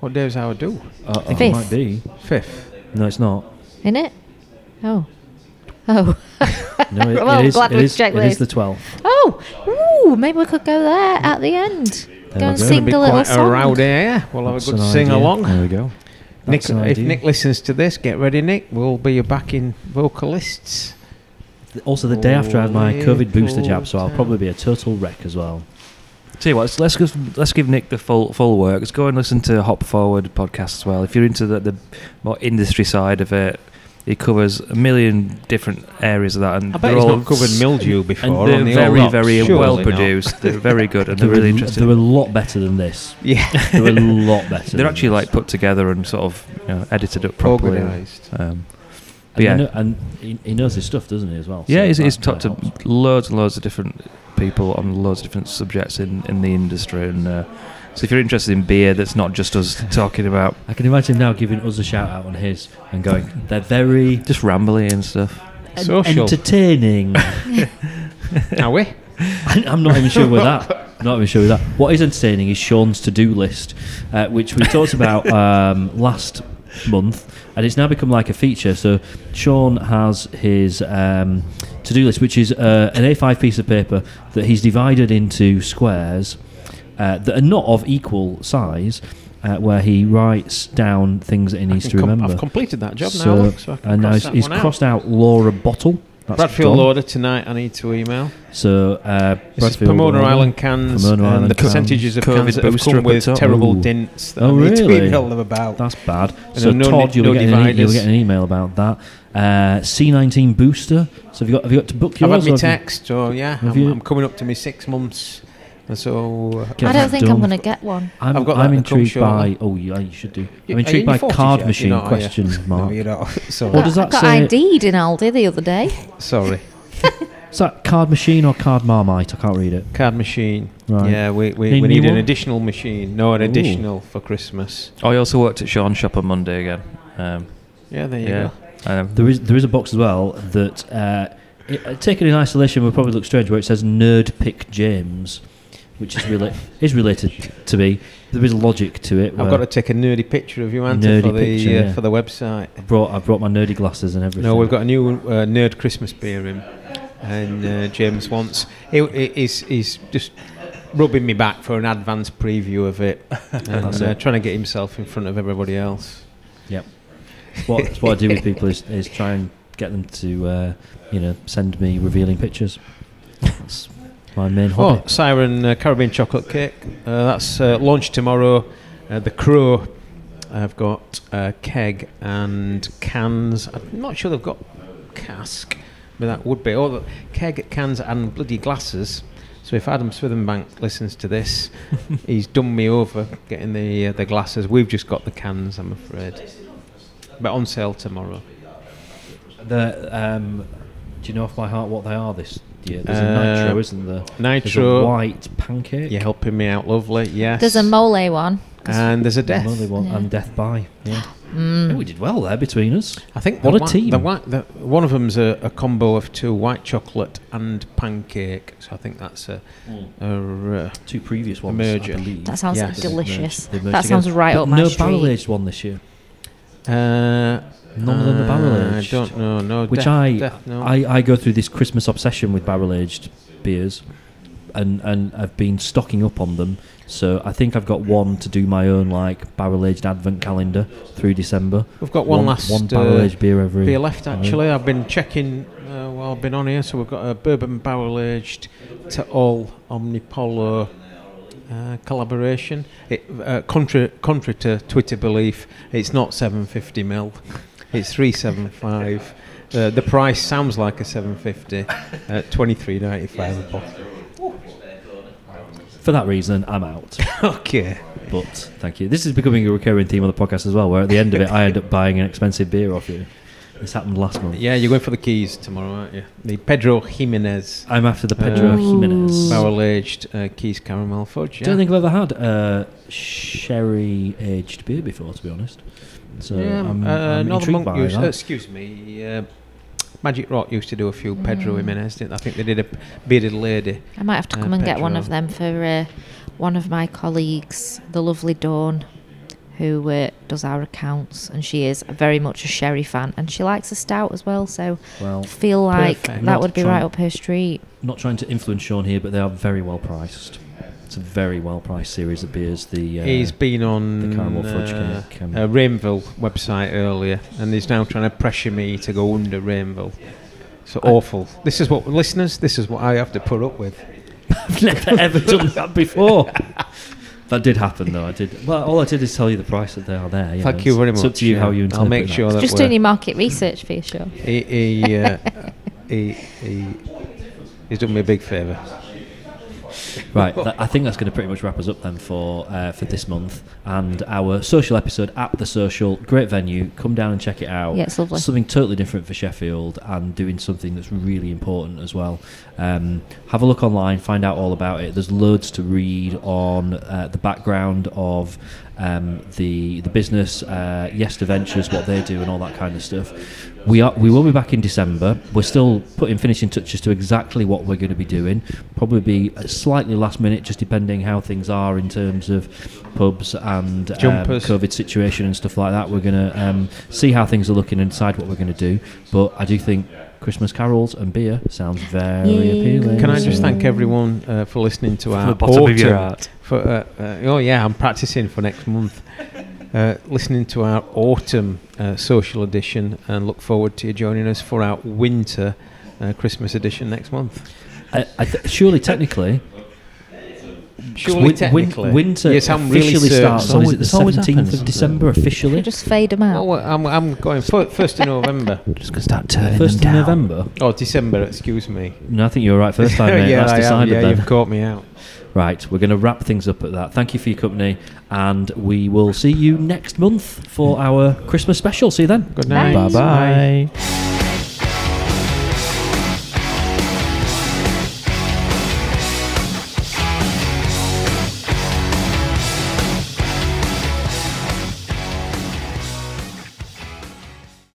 Speaker 3: what day's our do?
Speaker 1: I think Uh, it
Speaker 2: Fifth.
Speaker 1: might be.
Speaker 3: Fifth.
Speaker 1: No, it's not.
Speaker 2: In it? Oh. Oh.
Speaker 1: No, it,
Speaker 2: well,
Speaker 1: it is.
Speaker 2: glad
Speaker 1: it
Speaker 2: we've
Speaker 1: is,
Speaker 2: checked
Speaker 1: it is
Speaker 2: this.
Speaker 1: the 12th.
Speaker 2: Oh, ooh, maybe we could go there at the end.
Speaker 1: we
Speaker 2: go and
Speaker 1: go.
Speaker 2: sing
Speaker 3: be
Speaker 2: the little
Speaker 3: quite a
Speaker 2: song.
Speaker 3: rowdy. Yeah, we'll have
Speaker 1: That's
Speaker 3: a good
Speaker 1: an idea.
Speaker 3: sing along.
Speaker 1: There we go.
Speaker 3: Nick,
Speaker 1: That's an
Speaker 3: if
Speaker 1: idea.
Speaker 3: Nick listens to this, get ready, Nick. We'll be your backing vocalists.
Speaker 1: Also, the day after I have
Speaker 4: Oh,
Speaker 1: my COVID booster jab, so I'll
Speaker 3: Little
Speaker 1: probably be a total wreck as well.
Speaker 4: Tell you what, let's give, let's give Nick the full full work. Let's go and listen to Hop Forward podcast as well. If you're into the, the more industry side of it, it covers a million different areas of that. And
Speaker 3: I bet
Speaker 4: they're
Speaker 3: he's
Speaker 4: all
Speaker 3: not covered mildew
Speaker 4: And
Speaker 3: before.
Speaker 4: they're
Speaker 3: on the old
Speaker 4: very,
Speaker 3: rocks.
Speaker 4: very
Speaker 3: Surely
Speaker 4: well
Speaker 3: not.
Speaker 4: produced. They're very good and
Speaker 1: They
Speaker 4: they're
Speaker 1: were, they
Speaker 4: really
Speaker 1: were a
Speaker 4: interesting.
Speaker 1: lot better than this.
Speaker 3: Yeah,
Speaker 1: They were a lot better.
Speaker 4: They're
Speaker 1: than
Speaker 4: actually
Speaker 1: this.
Speaker 4: like put together and sort of you know, edited up properly.
Speaker 3: organised.
Speaker 4: Um,
Speaker 1: And,
Speaker 4: yeah.
Speaker 1: you know- and he, he knows his stuff, doesn't he, as well?
Speaker 4: yeah,
Speaker 1: So
Speaker 4: he's,
Speaker 1: that-
Speaker 4: he's
Speaker 1: that
Speaker 4: talked to
Speaker 1: helps.
Speaker 4: loads and loads of different people on loads of different subjects in, in the industry. And uh, so if you're interested in beer, that's not just us talking about
Speaker 1: I can imagine now giving us a shout out on his and going, they're very
Speaker 4: just rambling and stuff.
Speaker 1: en-
Speaker 3: Social.
Speaker 1: entertaining.
Speaker 3: Are we?
Speaker 1: I- I'm not even sure with that. Not even sure with that. What is entertaining is Sean's to-do list, uh, which we talked about um, last month, and it's now become like a feature. So Sean has his um, to-do list, which is uh, an A5 piece of paper that he's divided into squares uh, that are not of equal size, uh, where he writes down things that he needs to
Speaker 3: Com-
Speaker 1: remember.
Speaker 3: I've completed that job
Speaker 1: So-
Speaker 3: now. Look, so I can
Speaker 1: and now
Speaker 3: cross
Speaker 1: he's,
Speaker 3: that
Speaker 1: he's
Speaker 3: one out.
Speaker 1: crossed out Laura Bottle. That's
Speaker 3: Bradfield
Speaker 1: done.
Speaker 3: order tonight. I need to email.
Speaker 1: So uh,
Speaker 3: This is
Speaker 1: Bradfield
Speaker 3: Pomona
Speaker 1: Laura.
Speaker 3: Island cans
Speaker 1: Pomona
Speaker 3: and
Speaker 1: Island
Speaker 3: the
Speaker 1: cans.
Speaker 3: percentages of
Speaker 4: COVID
Speaker 3: cans that have
Speaker 4: booster
Speaker 3: come
Speaker 4: up
Speaker 3: with
Speaker 4: the top.
Speaker 3: terrible
Speaker 1: Ooh.
Speaker 3: dints that
Speaker 1: Oh,
Speaker 3: I need to
Speaker 1: really?
Speaker 3: email them about.
Speaker 1: That's bad.
Speaker 3: And
Speaker 1: So
Speaker 3: no
Speaker 1: Todd,
Speaker 3: ni-
Speaker 1: you'll,
Speaker 3: no
Speaker 1: get an e- you'll
Speaker 3: dividers.
Speaker 1: get an email about that. Uh, C19 booster. So have you got have you got to book
Speaker 3: I've
Speaker 1: yours?
Speaker 3: had my
Speaker 1: or have you-
Speaker 3: text, so yeah,
Speaker 1: have
Speaker 3: I'm,
Speaker 1: you-
Speaker 3: I'm coming up to my six months. And so uh,
Speaker 1: Get that
Speaker 2: I don't think I'm
Speaker 1: done.
Speaker 2: going to get one.
Speaker 1: I'm,
Speaker 3: I've got
Speaker 1: I'm
Speaker 3: that that comes
Speaker 1: intrigued by.
Speaker 3: shortly.
Speaker 1: Oh, yeah, you should do.
Speaker 3: Yeah,
Speaker 1: I'm
Speaker 3: are you
Speaker 1: intrigued
Speaker 3: in
Speaker 1: by
Speaker 3: your 40s
Speaker 1: card
Speaker 3: yet? You're
Speaker 1: machine
Speaker 3: not, are you?
Speaker 1: question
Speaker 3: no,
Speaker 1: mark.
Speaker 3: you know,
Speaker 1: What
Speaker 3: sorry,
Speaker 1: does
Speaker 2: I
Speaker 1: that
Speaker 2: got
Speaker 1: say-
Speaker 2: ID'd in Aldi the other day.
Speaker 3: sorry.
Speaker 1: Is that card machine or card marmite? I can't read it.
Speaker 3: Card machine.
Speaker 1: Right.
Speaker 3: Yeah, we, we,
Speaker 1: Need
Speaker 3: we
Speaker 1: a
Speaker 3: need
Speaker 1: new
Speaker 3: an
Speaker 1: one?
Speaker 3: additional machine. No, an
Speaker 1: Ooh.
Speaker 3: additional for Christmas.
Speaker 4: Oh, I also worked at Sean's shop on Monday again. Um,
Speaker 3: Yeah, there you
Speaker 4: yeah. Um,
Speaker 1: There is there is a box as well that uh, it, uh, taken in isolation would probably look strange, where it says "Nerd Pick James," which is rela- is related to me. There is logic to it.
Speaker 3: go. I've
Speaker 1: where
Speaker 3: got to take a nerdy picture of you, Anta,
Speaker 1: Nerdy
Speaker 3: for the
Speaker 1: picture,
Speaker 3: uh,
Speaker 1: yeah.
Speaker 3: for the website.
Speaker 1: I brought I brought my nerdy glasses and everything.
Speaker 3: No, we've got a new uh, nerd Christmas beer in, and uh, James wants. He, he, he's, he's just rubbing me back for an advance preview of it, and
Speaker 1: That's
Speaker 3: uh,
Speaker 1: it.
Speaker 3: trying to get himself in front of everybody else.
Speaker 1: what that's what I do with people is, is try and get them to uh, you know send me revealing pictures. That's my main hobby.
Speaker 3: Oh, Siren uh, Caribbean chocolate cake. Uh, that's uh, launched tomorrow. Uh, the Crow. I've got uh, keg and cans. I'm not sure they've got cask, but that would be. Oh, the keg, cans, and bloody glasses. So if Adam Swithenbank listens to this, he's done me over getting the uh, the glasses. We've just got the cans, I'm afraid. But on sale tomorrow.
Speaker 1: The, um, do you know off by heart what they are this year? There's
Speaker 3: Uh,
Speaker 1: a nitro, isn't there? There's a
Speaker 3: Nitro,
Speaker 1: white pancake.
Speaker 3: you're helping me out, lovely. Yes.
Speaker 2: There's a mole one.
Speaker 3: and there's a
Speaker 1: There's
Speaker 3: death.
Speaker 1: another one,
Speaker 2: Yeah.
Speaker 1: and death by. Yeah.
Speaker 2: Mm.
Speaker 1: Yeah, we did well there between us.
Speaker 3: I think
Speaker 1: What
Speaker 3: the
Speaker 1: a
Speaker 3: whi-
Speaker 1: team.
Speaker 3: The whi- the, one of them's a, a combo of two white chocolate and pancake, so I think that's a, a, uh,
Speaker 1: Two previous ones,
Speaker 3: Merger.
Speaker 1: I believe.
Speaker 2: That sounds
Speaker 3: Yes.
Speaker 2: delicious.
Speaker 1: They've merged- they've merged
Speaker 2: That sounds
Speaker 1: together.
Speaker 2: right
Speaker 1: But
Speaker 2: up my
Speaker 1: no
Speaker 2: street.
Speaker 1: barrel aged one this year.
Speaker 3: uh,
Speaker 1: None of them are barrel aged.
Speaker 3: I Uh, don't know. No,
Speaker 1: Which
Speaker 3: death-
Speaker 1: I,
Speaker 3: death, no.
Speaker 1: I I go through this Christmas obsession with barrel aged beers, and and I've been stocking up on them. So I think I've got one to do my own like barrel aged advent calendar through December.
Speaker 3: we've got one, last
Speaker 1: one barrel
Speaker 3: uh,
Speaker 1: aged beer every.
Speaker 3: beer left.
Speaker 1: I mean.
Speaker 3: Actually, I've been checking uh, while I've been on here. So we've got a bourbon barrel aged to all Omnipolo. Uh, collaboration. It, uh, contrary, contrary to Twitter belief, it's not 750 mil. It's 375. Uh, the price sounds like a 750. Uh, 23.95 a bottle.
Speaker 1: For that reason, I'm out.
Speaker 3: Okay.
Speaker 1: But thank you. This is becoming a recurring theme on the podcast as well, where at the end of it, I end up buying an expensive beer off you. This happened last month.
Speaker 3: Yeah, you're going for the keys tomorrow, aren't you? The Pedro Jimenez
Speaker 1: I'm after the Pedro
Speaker 3: Uh,
Speaker 1: Jimenez. I
Speaker 3: barrel aged uh, keys caramel fudge. Yeah.
Speaker 1: Don't think I've ever had a sherry aged beer before, to be honest. So
Speaker 3: yeah,
Speaker 1: I'm,
Speaker 3: uh,
Speaker 1: I'm
Speaker 3: Northern
Speaker 1: intrigued
Speaker 3: Monk
Speaker 1: by
Speaker 3: used,
Speaker 1: that.
Speaker 3: excuse me, uh, Magic Rock used to do a few Pedro
Speaker 2: Mm.
Speaker 3: Jimenez, didn't they? I think they did a bearded lady.
Speaker 2: I might have to
Speaker 3: Uh,
Speaker 2: come and get one
Speaker 3: petrol.
Speaker 2: of them for uh, one of my colleagues, the lovely Dawn, who uh, does our accounts, and she is very much a sherry fan, and she likes a stout as well. So
Speaker 1: Well,
Speaker 2: feel like
Speaker 3: perfect.
Speaker 2: that
Speaker 1: Not
Speaker 2: would be
Speaker 1: trying-
Speaker 2: right up her street.
Speaker 1: not trying to influence Sean here, but they are very well priced. It's a very well priced series of beers. The uh,
Speaker 3: He's been on
Speaker 1: the caramel fudge
Speaker 3: uh,
Speaker 1: cake. Um,
Speaker 3: a Rainville website earlier, and he's now trying to pressure me to go under Rainville. So awful. This is what listeners. This is what I have to put up with.
Speaker 1: I've never ever done that before. That did happen, though. I did. Well, all I did is tell you the price that they are there.
Speaker 3: Thank
Speaker 1: know.
Speaker 3: you very
Speaker 1: It's up
Speaker 3: much,
Speaker 1: to you
Speaker 3: yeah.
Speaker 1: how you
Speaker 3: I'll
Speaker 1: interpret
Speaker 3: make
Speaker 1: that.
Speaker 3: sure that-
Speaker 2: Just
Speaker 3: Just
Speaker 2: doing
Speaker 3: doing were-
Speaker 2: your
Speaker 3: your
Speaker 2: market research for your show.
Speaker 3: He, he, uh, he, he, he's done me a big favour.
Speaker 1: Right, tha- I think that's going to pretty much wrap us up then for uh, for this month and our social episode at the social. Great venue, come down and check it out.
Speaker 2: Yeah, it's lovely.
Speaker 1: Something totally different for Sheffield and doing something that's really important as well. Um, have a look online, find out all about it. There's loads to read on uh, the background of um, the the business, uh, Yes to Ventures, what they do, and all that kind of stuff. We are we will be back in December. We're still putting finishing touches to exactly what we're going to be doing. Probably be slightly last minute, just depending how things are in terms of pubs and um,
Speaker 3: Jumpers.
Speaker 1: COVID situation and stuff like that. We're going to um, see how things are looking and decide what we're going to do. But I do think Christmas carols and beer sounds very
Speaker 2: Yeah.
Speaker 1: appealing.
Speaker 3: Can I just
Speaker 1: So-
Speaker 3: thank everyone uh, for listening to our
Speaker 4: the bottom of your
Speaker 3: autumn-
Speaker 4: heart.
Speaker 3: For, uh, uh, oh yeah, I'm practicing for next month. Uh, listening to our autumn uh, social edition, and look forward to you joining us for our winter uh, Christmas edition next month.
Speaker 1: I, I th- surely, technically,
Speaker 3: Surely,
Speaker 1: win- win-
Speaker 3: technically,
Speaker 1: winter
Speaker 3: Yes, I'm really
Speaker 1: officially
Speaker 3: certain.
Speaker 1: starts on is it the
Speaker 4: It's always
Speaker 1: seventeenth
Speaker 4: happens.
Speaker 1: of December officially?
Speaker 2: Just fade them out.
Speaker 3: Oh, well, I'm, I'm going fir- first of November.
Speaker 4: Just gonna start turning
Speaker 1: First of
Speaker 4: them down.
Speaker 1: November.
Speaker 3: Oh, December. Excuse me.
Speaker 1: No, I think you were right first time, mate.
Speaker 3: yeah,
Speaker 1: That's
Speaker 3: I am.
Speaker 1: decided
Speaker 3: yeah,
Speaker 1: then.
Speaker 3: you've caught me out.
Speaker 1: Right, we're going to wrap things up at that. Thank you for your company, and we will see you next month for our Christmas special. See you then.
Speaker 3: Good night.
Speaker 2: Bye.
Speaker 4: Bye bye.